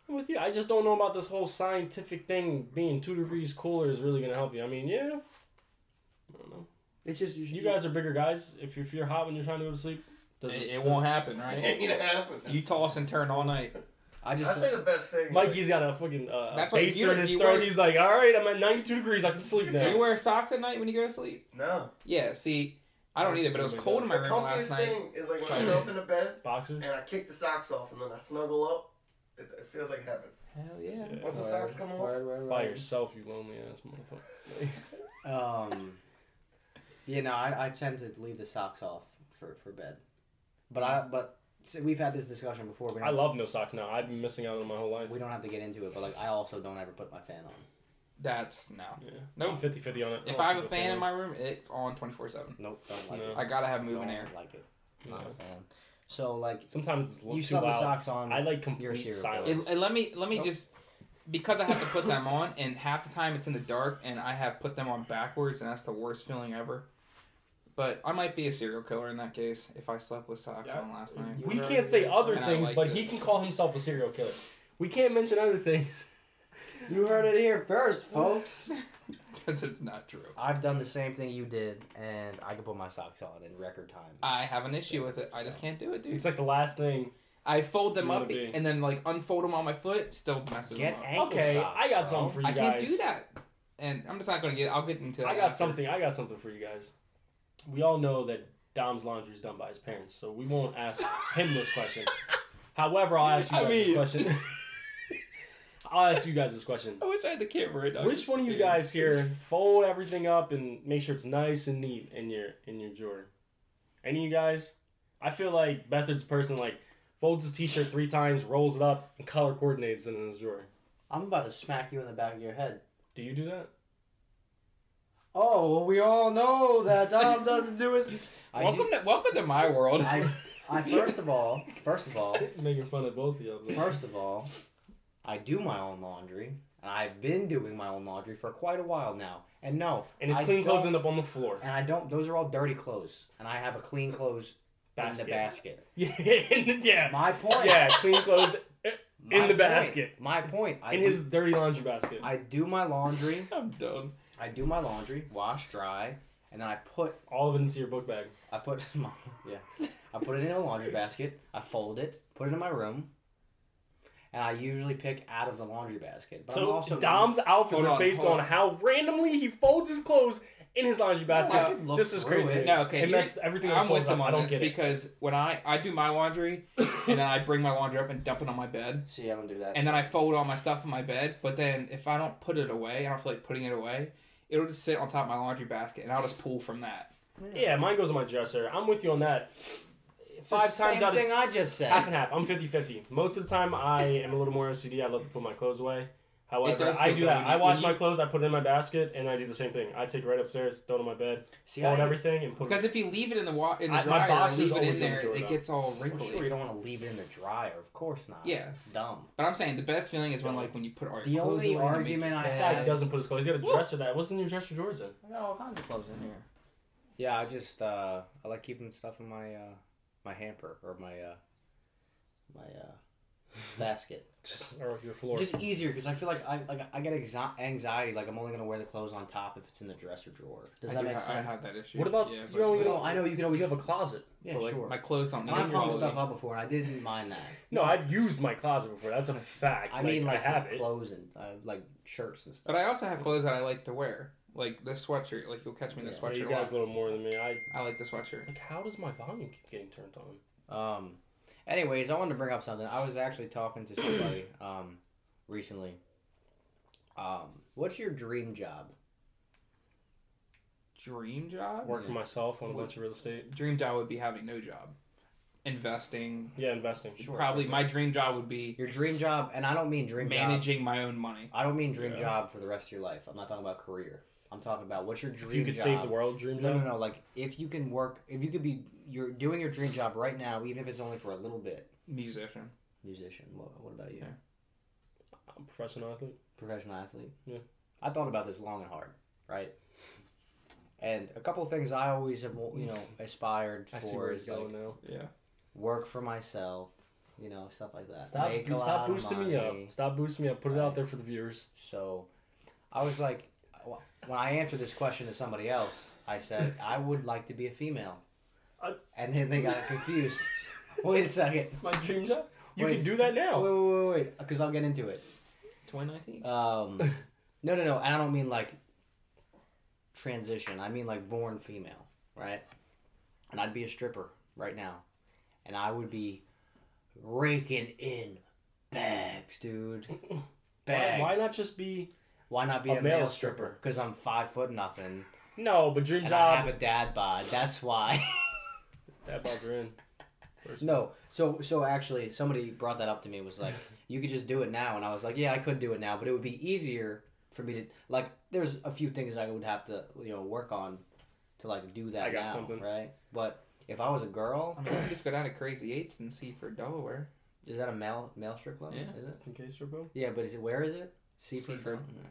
Speaker 3: I'm with you. I just don't know about this whole scientific thing. Being two degrees cooler is really gonna help you. I mean, yeah, I don't know.
Speaker 5: It's just you,
Speaker 3: You guys are bigger guys. If you're, if you're hot when you're trying to go to sleep, does
Speaker 2: it,
Speaker 3: it,
Speaker 2: it
Speaker 3: does-
Speaker 2: won't happen, right?
Speaker 4: ain't happening.
Speaker 2: You toss and turn all night.
Speaker 1: I
Speaker 4: I
Speaker 1: just
Speaker 4: say the best thing. is, like,
Speaker 3: Mikey's got a fucking uh,
Speaker 2: That's what
Speaker 3: bass
Speaker 2: you-
Speaker 3: in his
Speaker 2: you
Speaker 3: throat.
Speaker 2: were-
Speaker 3: He's like, all right, I'm at 92 degrees. I can
Speaker 2: Do
Speaker 3: sleep
Speaker 2: you
Speaker 3: now.
Speaker 2: wear socks at night when you go to sleep?
Speaker 4: no.
Speaker 2: Yeah. See, I don't either, but it was cold in my
Speaker 4: the
Speaker 2: room
Speaker 4: comfiest
Speaker 2: last night.
Speaker 4: thing is like when
Speaker 2: Sorry.
Speaker 4: I go up into bed
Speaker 3: Boxers.
Speaker 4: and I kick the socks off and then I snuggle up. It, it feels like heaven.
Speaker 2: Hell yeah.
Speaker 3: Yeah.
Speaker 4: Once the socks come off,
Speaker 3: By yourself, you lonely ass motherfucker.
Speaker 1: Um, you know, I, I tend to leave the socks off for, for bed, but I but see, we've had this discussion before. We don't,
Speaker 3: I love no socks now. I've been missing out on my whole life.
Speaker 1: We don't have to get into it, but like I also don't ever put my fan on.
Speaker 2: That's no.
Speaker 3: Yeah.
Speaker 2: Nope.
Speaker 3: I'm 50 50 on it.
Speaker 2: If
Speaker 3: don't
Speaker 2: I have
Speaker 3: see
Speaker 2: a
Speaker 3: the
Speaker 2: fan in my room, it's on twenty four seven.
Speaker 1: Nope, don't like
Speaker 3: No.
Speaker 1: it.
Speaker 2: I gotta have moving
Speaker 1: Don't
Speaker 2: air.
Speaker 1: Like it.
Speaker 3: No.
Speaker 1: Not a fan. So like
Speaker 3: Sometimes it's a little
Speaker 1: you
Speaker 3: too
Speaker 1: sub the
Speaker 3: loud.
Speaker 1: socks on.
Speaker 3: I like
Speaker 1: You're a
Speaker 3: complete
Speaker 1: serial
Speaker 2: It,
Speaker 3: silence.
Speaker 2: it- let me let me
Speaker 1: Nope.
Speaker 2: just because I have to put them on, and half the time it's in the dark, and I have put them on backwards, and that's the worst feeling ever. But I might be a serial killer in that case if I slept with socks
Speaker 3: Yeah.
Speaker 2: on last night.
Speaker 3: we can't say other
Speaker 2: And I
Speaker 3: things,
Speaker 2: like
Speaker 3: but
Speaker 2: it.
Speaker 3: he can call himself a serial killer. We can't mention other things.
Speaker 1: you heard it here first, folks.
Speaker 2: because it's not true.
Speaker 1: I've done the same thing you did, and I can put my socks on in record time.
Speaker 2: I have an issue with it. I just can't do it, dude.
Speaker 3: It's like the last thing.
Speaker 2: I fold them
Speaker 3: You wanna
Speaker 2: up
Speaker 3: be-
Speaker 2: and then like unfold them on my foot, still messes
Speaker 1: Get
Speaker 2: them up.
Speaker 1: ankle
Speaker 3: Okay,
Speaker 1: socks,
Speaker 3: I got
Speaker 1: bro.
Speaker 3: something for you
Speaker 2: I
Speaker 3: guys.
Speaker 2: can't do that, and I'm just not gonna get. I'll get into.
Speaker 3: I
Speaker 2: that
Speaker 3: got
Speaker 2: after.
Speaker 3: something. I got something for you guys. We all know that Dom's laundry is done by his parents, so we won't ask him this question. However, I'll ask you
Speaker 2: I
Speaker 3: guys
Speaker 2: mean-
Speaker 3: this question. I'll ask you guys this question.
Speaker 2: I wish I had the camera. right now.
Speaker 3: Which one of you
Speaker 2: Dude.
Speaker 3: guys here fold everything up and make sure it's nice and neat in your in your drawer? Any of you guys? I feel like Bethard's the person like folds his t-shirt three times, rolls it up, and color coordinates it in his drawer.
Speaker 1: I'm about to smack you in the back of your head.
Speaker 3: Do you do that?
Speaker 1: Oh, well, we all know that Dom doesn't do his. I do-
Speaker 2: welcome to welcome to my world.
Speaker 1: I, I first of all, first of all,
Speaker 3: Making fun of both of you. but-
Speaker 1: first of all, I do my own laundry, and I've been doing my own laundry for quite a while now. And no,
Speaker 3: And his
Speaker 1: I
Speaker 3: clean clothes
Speaker 1: don't-
Speaker 3: end up on the floor.
Speaker 1: and I don't. Those are all dirty clothes, and I have a clean clothes
Speaker 3: Basket.
Speaker 1: in the basket.
Speaker 3: Yeah, yeah,
Speaker 1: My point.
Speaker 3: yeah. Clean clothes
Speaker 1: my
Speaker 3: in the
Speaker 1: point-
Speaker 3: basket.
Speaker 1: My point. I
Speaker 3: in
Speaker 1: do-
Speaker 3: his dirty laundry basket.
Speaker 1: I do my laundry.
Speaker 2: I'm dumb.
Speaker 1: I do my laundry, wash, dry, and then I put
Speaker 3: All of it into your book bag.
Speaker 1: I put yeah, I put it in a laundry basket. I fold it, put it in my room, and I usually pick out of the laundry basket. But I'm
Speaker 3: So
Speaker 1: also
Speaker 3: Dom's outfits
Speaker 2: Hold
Speaker 3: are
Speaker 2: on,
Speaker 3: based
Speaker 2: hold
Speaker 3: on
Speaker 2: on.
Speaker 3: how randomly he folds his clothes in his laundry basket.
Speaker 1: I could look
Speaker 3: this is
Speaker 1: through
Speaker 3: crazy.
Speaker 1: it.
Speaker 2: No, okay.
Speaker 3: It messed everything else
Speaker 2: I'm with
Speaker 3: folds up.
Speaker 2: them on
Speaker 3: I don't
Speaker 2: this
Speaker 3: get it.
Speaker 2: because when I I do my laundry and then I bring my laundry up and dump it on my bed
Speaker 1: See, I don't do that.
Speaker 2: and then I fold all my stuff in my bed. But then if I don't put it away, I don't feel like putting it away. It'll just sit on top of my laundry basket and I'll just pull from that.
Speaker 3: Yeah, mine goes in my dresser. I'm with you on that.
Speaker 1: It's the
Speaker 3: Five times
Speaker 1: same
Speaker 3: out of
Speaker 1: thing I just said.
Speaker 3: half and half. I'm 50 50. Most of the time, I am a little more OCD. I love to put my clothes away. However,
Speaker 2: does
Speaker 3: I
Speaker 2: feel
Speaker 3: do
Speaker 2: good
Speaker 3: that.
Speaker 2: when
Speaker 3: I
Speaker 2: you-
Speaker 3: wash
Speaker 2: when
Speaker 3: my
Speaker 2: you-
Speaker 3: clothes, I put it in my basket, and I do the same thing. I take it right upstairs, throw it on my bed,
Speaker 1: See,
Speaker 3: fold
Speaker 1: I,
Speaker 3: everything, and put
Speaker 2: Because
Speaker 3: it.
Speaker 2: if you leave it in the wa- in the
Speaker 3: I- my
Speaker 2: dryer,
Speaker 3: box
Speaker 2: and leave
Speaker 3: is
Speaker 2: it
Speaker 3: always
Speaker 2: in
Speaker 3: in the
Speaker 2: there,
Speaker 3: drawer,
Speaker 2: it
Speaker 3: though.
Speaker 2: gets all
Speaker 1: Well,
Speaker 2: wrinkly.
Speaker 1: sure, you don't want to leave it in the dryer. Of course not.
Speaker 2: Yeah.
Speaker 1: it's dumb.
Speaker 2: But I'm saying the best feeling is when like when you put all your
Speaker 1: The
Speaker 2: clothes
Speaker 1: only
Speaker 2: away and make-
Speaker 1: argument I
Speaker 3: This guy
Speaker 1: have.
Speaker 3: doesn't put his clothes. He's got a
Speaker 2: Whoa.
Speaker 3: dresser that. What's in your dresser drawers then?
Speaker 2: I got all kinds of clothes in here.
Speaker 1: Yeah, I just uh, I like keeping stuff in my uh, my hamper or my uh, my uh, basket.
Speaker 3: Just or your floor.
Speaker 1: Just easier because I feel like I like I get exo- anxiety. Like I'm only gonna wear the clothes on top if it's in the dresser drawer. Does
Speaker 2: I
Speaker 1: that
Speaker 2: do
Speaker 1: make
Speaker 2: ha- I
Speaker 1: sense?
Speaker 2: have that issue.
Speaker 3: What about-
Speaker 2: yeah,
Speaker 3: you
Speaker 2: but-
Speaker 3: only
Speaker 2: but-
Speaker 1: No, I know you can
Speaker 3: oh,
Speaker 1: always
Speaker 3: you have a closet.
Speaker 1: Yeah,
Speaker 2: but, like,
Speaker 1: sure.
Speaker 2: My clothes don't need
Speaker 1: I've hung
Speaker 2: quality.
Speaker 1: stuff up before, and I didn't mind that.
Speaker 3: No, I've used my closet before. That's a fact.
Speaker 1: I mean, like
Speaker 3: I have
Speaker 1: for
Speaker 3: it.
Speaker 1: clothes and uh, like shirts and stuff.
Speaker 2: But I also have clothes that I like to wear, like this sweatshirt. Like you'll catch me in
Speaker 1: Yeah,
Speaker 2: this
Speaker 1: you
Speaker 3: Yeah,
Speaker 2: sweatshirt.
Speaker 3: you
Speaker 2: a
Speaker 3: guys
Speaker 2: lot.
Speaker 3: a little more than me. I
Speaker 2: I like the sweatshirt.
Speaker 3: like. How does my volume keep getting turned on?
Speaker 1: Um, anyways, I wanted to bring up something. I was actually talking to somebody um recently. Um, what's your dream job?
Speaker 2: Dream job.
Speaker 3: Work for myself on a
Speaker 2: What-
Speaker 3: bunch of real estate.
Speaker 2: Dream job would be having no job, investing.
Speaker 3: Yeah, investing.
Speaker 1: Sure,
Speaker 2: Probably
Speaker 1: sure,
Speaker 2: my dream job would be
Speaker 1: Your dream job, and I don't mean dream job.
Speaker 2: managing my own money.
Speaker 1: I don't mean dream
Speaker 3: Yeah.
Speaker 1: job for the rest of your life. I'm not talking about career. I'm talking about what's your dream
Speaker 3: If you could
Speaker 1: job?
Speaker 3: save the world, dream
Speaker 1: No,
Speaker 3: job.
Speaker 1: no, no. Like if you can work, if you could be, you're doing your dream job right now, even if it's only for a little bit.
Speaker 2: musician.
Speaker 1: Musician. What, what about you?
Speaker 2: Yeah.
Speaker 3: I'm a professional athlete.
Speaker 1: Professional athlete.
Speaker 3: Yeah.
Speaker 1: I thought about this long and hard, right? And a couple of things I always have, you know, aspired
Speaker 3: I see where
Speaker 1: for
Speaker 3: it's
Speaker 1: is like
Speaker 3: going now.
Speaker 2: Yeah.
Speaker 1: work for myself, you know, stuff like that.
Speaker 3: Stop,
Speaker 1: Make a lot
Speaker 3: stop
Speaker 1: of
Speaker 3: boosting me up.
Speaker 1: money.
Speaker 3: Stop boosting me up. Put it out there for the viewers.
Speaker 1: So I was like, when I answered this question to somebody else, I said, I would like to be a female.
Speaker 3: I-
Speaker 1: And then they got confused. wait a second.
Speaker 3: My dream job. You
Speaker 1: Wait.
Speaker 3: can do that
Speaker 1: Wait,
Speaker 3: now.
Speaker 1: wait, wait, wait. Because I'll get into it.
Speaker 2: 2019.
Speaker 1: Um, no, no, no. I don't mean like transition. I mean like born female, right? And I'd be a stripper right now. And I would be raking in bags, dude.
Speaker 3: Why,
Speaker 1: Bags.
Speaker 3: why not just be?
Speaker 1: Why not be
Speaker 3: A
Speaker 1: a,
Speaker 3: male
Speaker 1: male stripper? Because I'm five foot nothing,
Speaker 3: No, but dream
Speaker 1: and I
Speaker 3: job.
Speaker 1: have a dad bod. That's why.
Speaker 3: Dad bods are in. Where's-
Speaker 1: no, so so actually, somebody brought that up to me. Was like, you could just do it now, and I was like, yeah, I could do it now, but it would be easier for me to like. There's a few things I would have to you know work on to like do that
Speaker 3: I got
Speaker 1: now,
Speaker 3: something.
Speaker 1: right? But if I was a girl,
Speaker 2: I mean, you just go down to Crazy Eights and see for Delaware.
Speaker 1: is that a male male strip club?
Speaker 2: Yeah.
Speaker 1: Is it?
Speaker 3: In case you're broke.
Speaker 1: Yeah, but is it where is it? Seaford.
Speaker 2: Seaford.
Speaker 1: Yeah.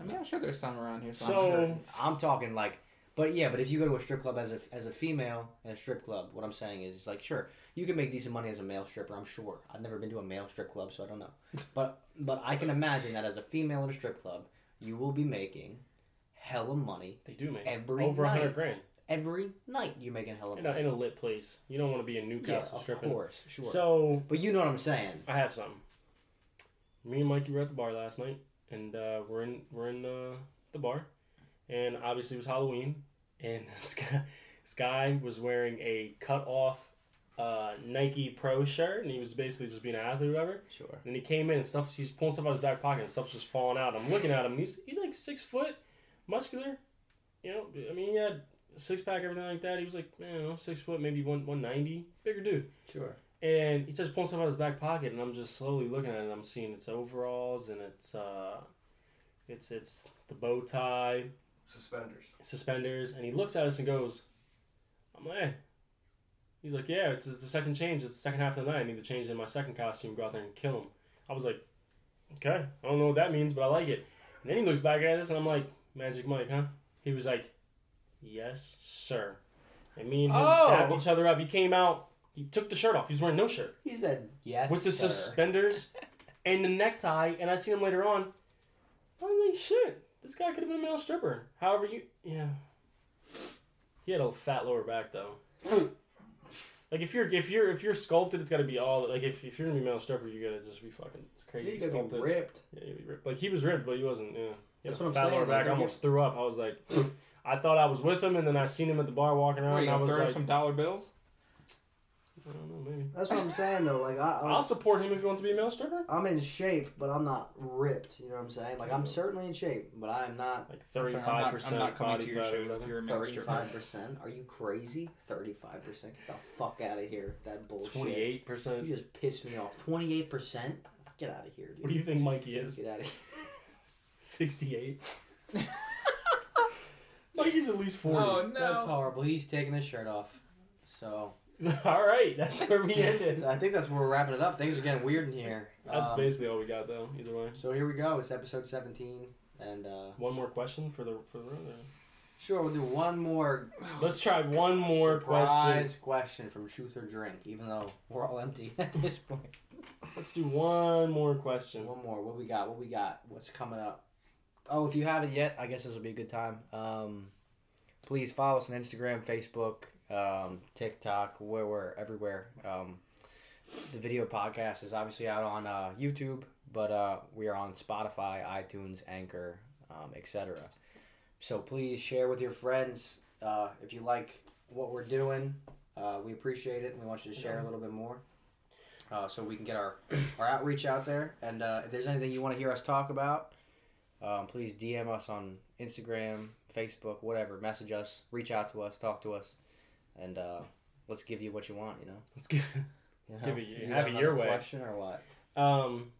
Speaker 2: I mean, I'm sure there's some around here.
Speaker 3: So-
Speaker 2: I'm
Speaker 1: Sure. I'm talking like, but yeah, but if you go to a strip club as a as a female in a strip club, what I'm saying is, it's like sure you can make decent money as a male stripper. I'm sure. I've never been to a male strip club, so I don't know. But but I can imagine that as a female in a strip club, you will be making hella money
Speaker 3: They do make
Speaker 1: Every
Speaker 3: over a
Speaker 1: night.
Speaker 3: hundred grand
Speaker 1: every night. You're making hella
Speaker 3: in a,
Speaker 1: money.
Speaker 3: in a lit place. You don't want to be in
Speaker 1: yeah,
Speaker 3: Newcastle
Speaker 1: of
Speaker 3: stripping.
Speaker 1: course, sure.
Speaker 3: So
Speaker 1: but you know what I'm saying.
Speaker 3: I have something. Me and Mikey were at the bar last night, and uh, we're in we're in uh, the bar, and obviously it was Halloween, and this guy this guy was wearing a cut off uh, Nike Pro shirt, and he was basically just being an athlete, or whatever.
Speaker 1: Sure.
Speaker 3: And he came in and stuff. He's pulling stuff out of his back pocket and stuff's just falling out. I'm looking at him. He's he's like six foot, muscular. You know, I mean, he had six pack, everything like that. He was like, I don't know, six foot, maybe one one ninety, bigger dude.
Speaker 1: Sure.
Speaker 3: And he starts pulling stuff out of his back pocket, and I'm just slowly looking at it. and I'm seeing its overalls and it's uh, it's it's the bow tie,
Speaker 4: Suspenders.
Speaker 3: suspenders, and he looks at us and goes, "I'm like." "Hey." He's like, yeah, it's, it's the second change. It's the second half of the night. I need to change in my second costume, go out there and kill him. I was like, okay, I don't know what that means, but I like it. And then he looks back at us, and I'm like, Magic Mike, huh? He was like, yes, sir. And me and him
Speaker 2: Oh.
Speaker 3: dapped each other up. He came out, he took the shirt off. He was wearing no shirt
Speaker 1: He said yes.
Speaker 3: with the
Speaker 1: sir.
Speaker 3: suspenders and the necktie, and I seen him later on. I was like, shit, this guy could have been a male stripper. However, you yeah, he had a fat lower back though. like if you're if you're if you're sculpted, it's got to be all like if, if you're gonna be a male stripper, you gotta just be fucking it's crazy
Speaker 5: You gotta be
Speaker 3: sculpted.
Speaker 5: ripped.
Speaker 3: Yeah, you be ripped. Like he was ripped, but he wasn't. Yeah, he had
Speaker 1: That's
Speaker 3: a
Speaker 1: what I'm
Speaker 3: fat
Speaker 1: saying,
Speaker 3: lower back.
Speaker 1: like,
Speaker 3: I almost threw up. I was like. I thought I was with him, and then I seen him at the bar walking around,
Speaker 2: What, you
Speaker 3: and I
Speaker 2: gonna
Speaker 3: was
Speaker 2: throw up
Speaker 3: like,
Speaker 2: some dollar bills?
Speaker 3: I don't know, maybe.
Speaker 5: That's what I'm saying though. Like I,
Speaker 3: I'll
Speaker 5: I'm,
Speaker 3: support him if he wants to be a male stripper.
Speaker 5: I'm in shape, but I'm not ripped. You know what I'm saying? Like I'm certainly in shape, but I'm not
Speaker 3: Like
Speaker 2: I'm not-
Speaker 3: thirty-five percent
Speaker 2: I'm not coming
Speaker 3: body
Speaker 2: to your
Speaker 3: fat. or
Speaker 2: shows if
Speaker 3: whatever.
Speaker 2: you're a male stripper.
Speaker 5: thirty-five percent. Are you crazy? Thirty-five percent. Get the fuck out of here. with That bullshit.
Speaker 3: Twenty-eight
Speaker 5: You
Speaker 3: percent.
Speaker 5: just pissed me off. Twenty-eight percent. Get out of here, dude.
Speaker 3: What do you think Mikey is?
Speaker 5: Get out of here.
Speaker 3: Sixty-eight. Mikey's at least forty.
Speaker 2: Oh
Speaker 1: That's
Speaker 2: no.
Speaker 1: horrible. He's taking his shirt off. So
Speaker 3: All right, that's where we ended.
Speaker 1: I think that's where we're wrapping it up. Things are getting weird in here.
Speaker 3: That's
Speaker 1: Um,
Speaker 3: basically all we got, though. Either way,
Speaker 1: So here we go. It's episode 17. And uh,
Speaker 3: one more question for the for the room. there.
Speaker 1: sure, we'll do one more
Speaker 3: Let's try one more question.
Speaker 1: surprise question. from Truth or Drink, even though we're all empty at this point.
Speaker 3: Let's do one more question.
Speaker 1: One more. What we got? What we got? What's coming up? Oh, if you haven't yet, I guess this will be a good time. Um, please follow us on Instagram, Facebook, um, TikTok, where we're everywhere. Um, the video podcast is obviously out on uh, YouTube, but uh, we are on Spotify, iTunes, Anchor, um, etc. So please share with your friends uh, if you like what we're doing. Uh, we appreciate it, and we want you to share a little bit more. Uh, so we can get our, our outreach out there. And uh, if there's anything you want to hear us talk about, um, please DM us on Instagram, Facebook, whatever. Message us, reach out to us, talk to us, and uh, let's give you what you want. You know,
Speaker 3: Let's get.
Speaker 1: you
Speaker 3: Give
Speaker 1: know?
Speaker 3: it-
Speaker 1: got
Speaker 3: have it your
Speaker 1: another
Speaker 3: way.
Speaker 1: Question or what?
Speaker 3: Um,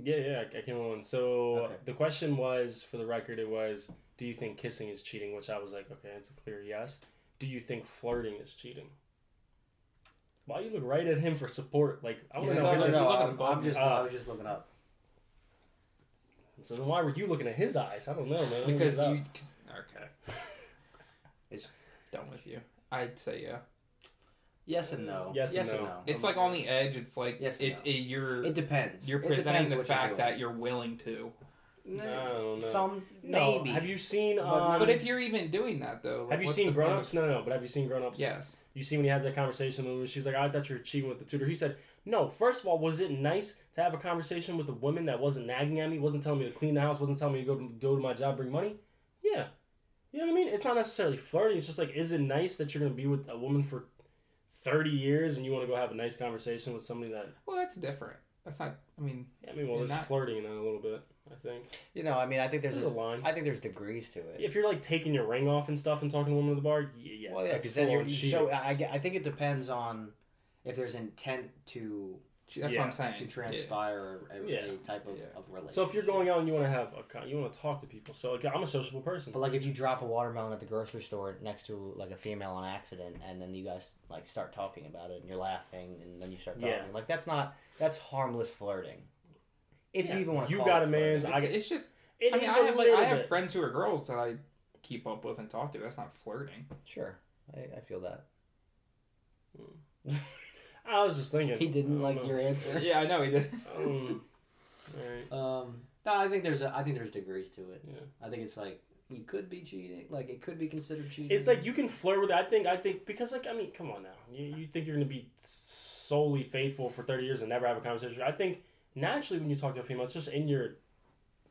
Speaker 3: yeah, yeah, I- I came on. So
Speaker 1: Okay.
Speaker 3: the question was, for the record, it was, Do you think kissing is cheating? Which I was like, okay, it's a clear yes. Do you think flirting is cheating? Why you look right at him for support? Like I want to
Speaker 2: Yeah,
Speaker 3: know.
Speaker 2: no,
Speaker 3: his
Speaker 2: no,
Speaker 3: answer.
Speaker 2: no.
Speaker 1: I'm, I'm just, I
Speaker 3: Uh,
Speaker 1: was just looking up.
Speaker 3: So then why were you looking at his eyes? I don't know, man. Look
Speaker 2: Because
Speaker 3: it up.
Speaker 2: you. 'cause- okay.
Speaker 1: It's-
Speaker 2: done with you. I'd say yeah.
Speaker 1: Yes and no.
Speaker 3: Yes and no.
Speaker 2: It's like on the edge. It's like
Speaker 1: Yes and
Speaker 2: it's a you're
Speaker 1: It depends.
Speaker 2: you're
Speaker 1: It
Speaker 2: presenting
Speaker 1: depends
Speaker 2: the
Speaker 1: what
Speaker 2: fact
Speaker 1: you're
Speaker 2: that you're willing to.
Speaker 1: doing.
Speaker 3: I don't know.
Speaker 1: Some
Speaker 3: no.
Speaker 1: maybe.
Speaker 3: Have you seen?
Speaker 1: But
Speaker 3: Um,
Speaker 1: not-
Speaker 2: But if you're even doing that though, like,
Speaker 3: have you
Speaker 2: what's
Speaker 3: seen
Speaker 2: the point
Speaker 3: Grown
Speaker 2: of-
Speaker 3: Ups? No, no, no. But have you seen Grown Ups?
Speaker 2: Yes.
Speaker 3: You see when he has that conversation when she's like, "I thought you were cheating with the tutor." He said, "No. First of all, was it nice to have a conversation with a woman that wasn't nagging at me, wasn't telling me to clean the house, wasn't telling me to go to, go to my job, bring money? Yeah. You know what I mean? It's not necessarily flirting. It's just like, is it nice that you're gonna be with a woman for thirty years and you want to go have a nice conversation with somebody that?
Speaker 2: Well, that's different. That's not. I mean,
Speaker 3: I mean, well,
Speaker 2: You're
Speaker 3: it's
Speaker 2: not-
Speaker 3: flirting in that a little bit. I think
Speaker 1: you know, I mean, I think there's,
Speaker 3: there's
Speaker 1: a,
Speaker 3: a line.
Speaker 1: I think there's degrees to it.
Speaker 3: if you're like taking your ring off and stuff and talking to a woman at the bar, yeah, yeah,
Speaker 1: well, yeah,
Speaker 3: that's
Speaker 1: because then you're
Speaker 3: full-on cheating.
Speaker 1: so I, I get- I think it depends on if there's intent to
Speaker 2: gee, that's
Speaker 3: Yeah,
Speaker 2: what I'm saying.
Speaker 1: to
Speaker 2: Yeah.
Speaker 1: transpire a, a
Speaker 3: Yeah.
Speaker 1: type of,
Speaker 2: Yeah.
Speaker 1: of relationship.
Speaker 3: So if you're going out and you want to have a, con- you want to talk to people. So like, I'm a sociable person.
Speaker 1: But like if you drop a watermelon at the grocery store next to like a female on accident, and then you guys like start talking about it, and you're laughing, and then you start talking,
Speaker 3: Yeah.
Speaker 1: like that's not that's harmless flirting. If
Speaker 3: Yeah.
Speaker 1: you even want to,
Speaker 3: You got a man's-
Speaker 2: It's,
Speaker 3: I get-
Speaker 2: it's just.
Speaker 3: It
Speaker 2: I mean,
Speaker 3: is
Speaker 2: I
Speaker 3: a
Speaker 2: have like I
Speaker 3: little
Speaker 2: have
Speaker 3: bit.
Speaker 2: friends who are girls that I keep up with and talk to. That's not flirting.
Speaker 1: Sure, I, I feel that
Speaker 3: I was just thinking.
Speaker 1: he didn't
Speaker 3: I
Speaker 1: like
Speaker 3: don't
Speaker 1: your answer.
Speaker 2: yeah, I know he did.
Speaker 3: know. Um, all right.
Speaker 1: Um, no, I think there's a, I think there's degrees to it.
Speaker 3: Yeah.
Speaker 1: I think it's like you could be cheating, like it could be considered cheating.
Speaker 3: It's like you can flirt with. I think. I think because like I mean, come on now. You, you think you're gonna be solely faithful for thirty years and never have a conversation? I think naturally when you talk to a female, it's just in your,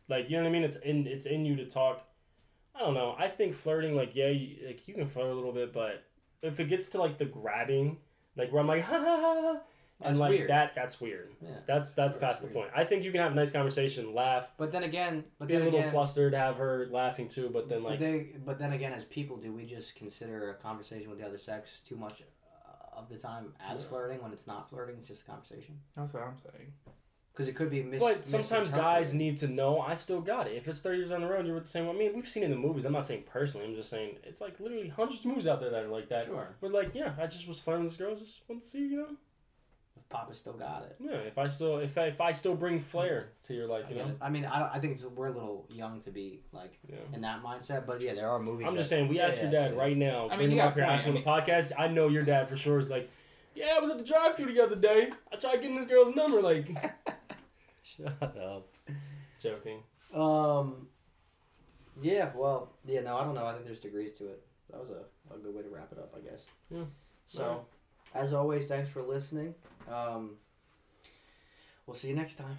Speaker 3: like you know what I mean. It's in it's in you to talk. I don't know. I think flirting, like yeah, you, like you can flirt a little bit, but if it gets to like the grabbing, like where I'm like ha ha ha, ha," and
Speaker 1: That's
Speaker 3: like
Speaker 1: weird.
Speaker 3: that, that's weird.
Speaker 1: Yeah.
Speaker 3: That's that's
Speaker 1: Sure,
Speaker 3: past the
Speaker 1: it's
Speaker 3: point. I think you can have a nice conversation, laugh.
Speaker 1: but then again, but
Speaker 3: be a
Speaker 1: then
Speaker 3: little
Speaker 1: again,
Speaker 3: flustered, have her laughing too, but then like
Speaker 1: but, they, but then again, as people, do we just consider a conversation with the other sex too much uh, of the time as
Speaker 3: Yeah.
Speaker 1: flirting when it's not flirting? It's just a conversation
Speaker 2: That's what I'm saying.
Speaker 1: because it could be. Mis-
Speaker 3: But sometimes guys
Speaker 1: misinterpreted.
Speaker 3: need to know I still got it. If it's thirty years down the road, you're with the same. I mean, we've seen it in the movies. I'm not saying personally. I'm just saying it's like literally hundreds of movies out there that are like that.
Speaker 1: Sure,
Speaker 3: But like, yeah, I just was fun with this girl. Just want to see, you know.
Speaker 1: if Papa still got it.
Speaker 3: Yeah, if I still, if I, if I still bring flair to your life,
Speaker 1: I,
Speaker 3: you
Speaker 1: get
Speaker 3: know.
Speaker 1: it. I mean, I, don't, I think it's we're a little young to be like
Speaker 3: Yeah.
Speaker 1: in that mindset, but yeah, there are movies.
Speaker 3: I'm
Speaker 1: that-
Speaker 3: just saying, we
Speaker 1: Yeah,
Speaker 3: asked your
Speaker 1: yeah,
Speaker 3: dad
Speaker 1: yeah.
Speaker 3: right now.
Speaker 2: I mean, you
Speaker 3: bring him
Speaker 2: got
Speaker 3: up here,
Speaker 2: a point.
Speaker 3: ask him on the podcast. I know your dad for sure is like, yeah, I was at the drive-thru the other day. I tried getting this girl's number. Like,
Speaker 1: Shut up.
Speaker 3: joking.
Speaker 1: Um. Yeah. Well. Yeah. No. I don't know. I think there's degrees to it. That was a, a good way to wrap it up. I guess.
Speaker 3: Yeah.
Speaker 1: So, as always, thanks for listening. Um. We'll see you next time.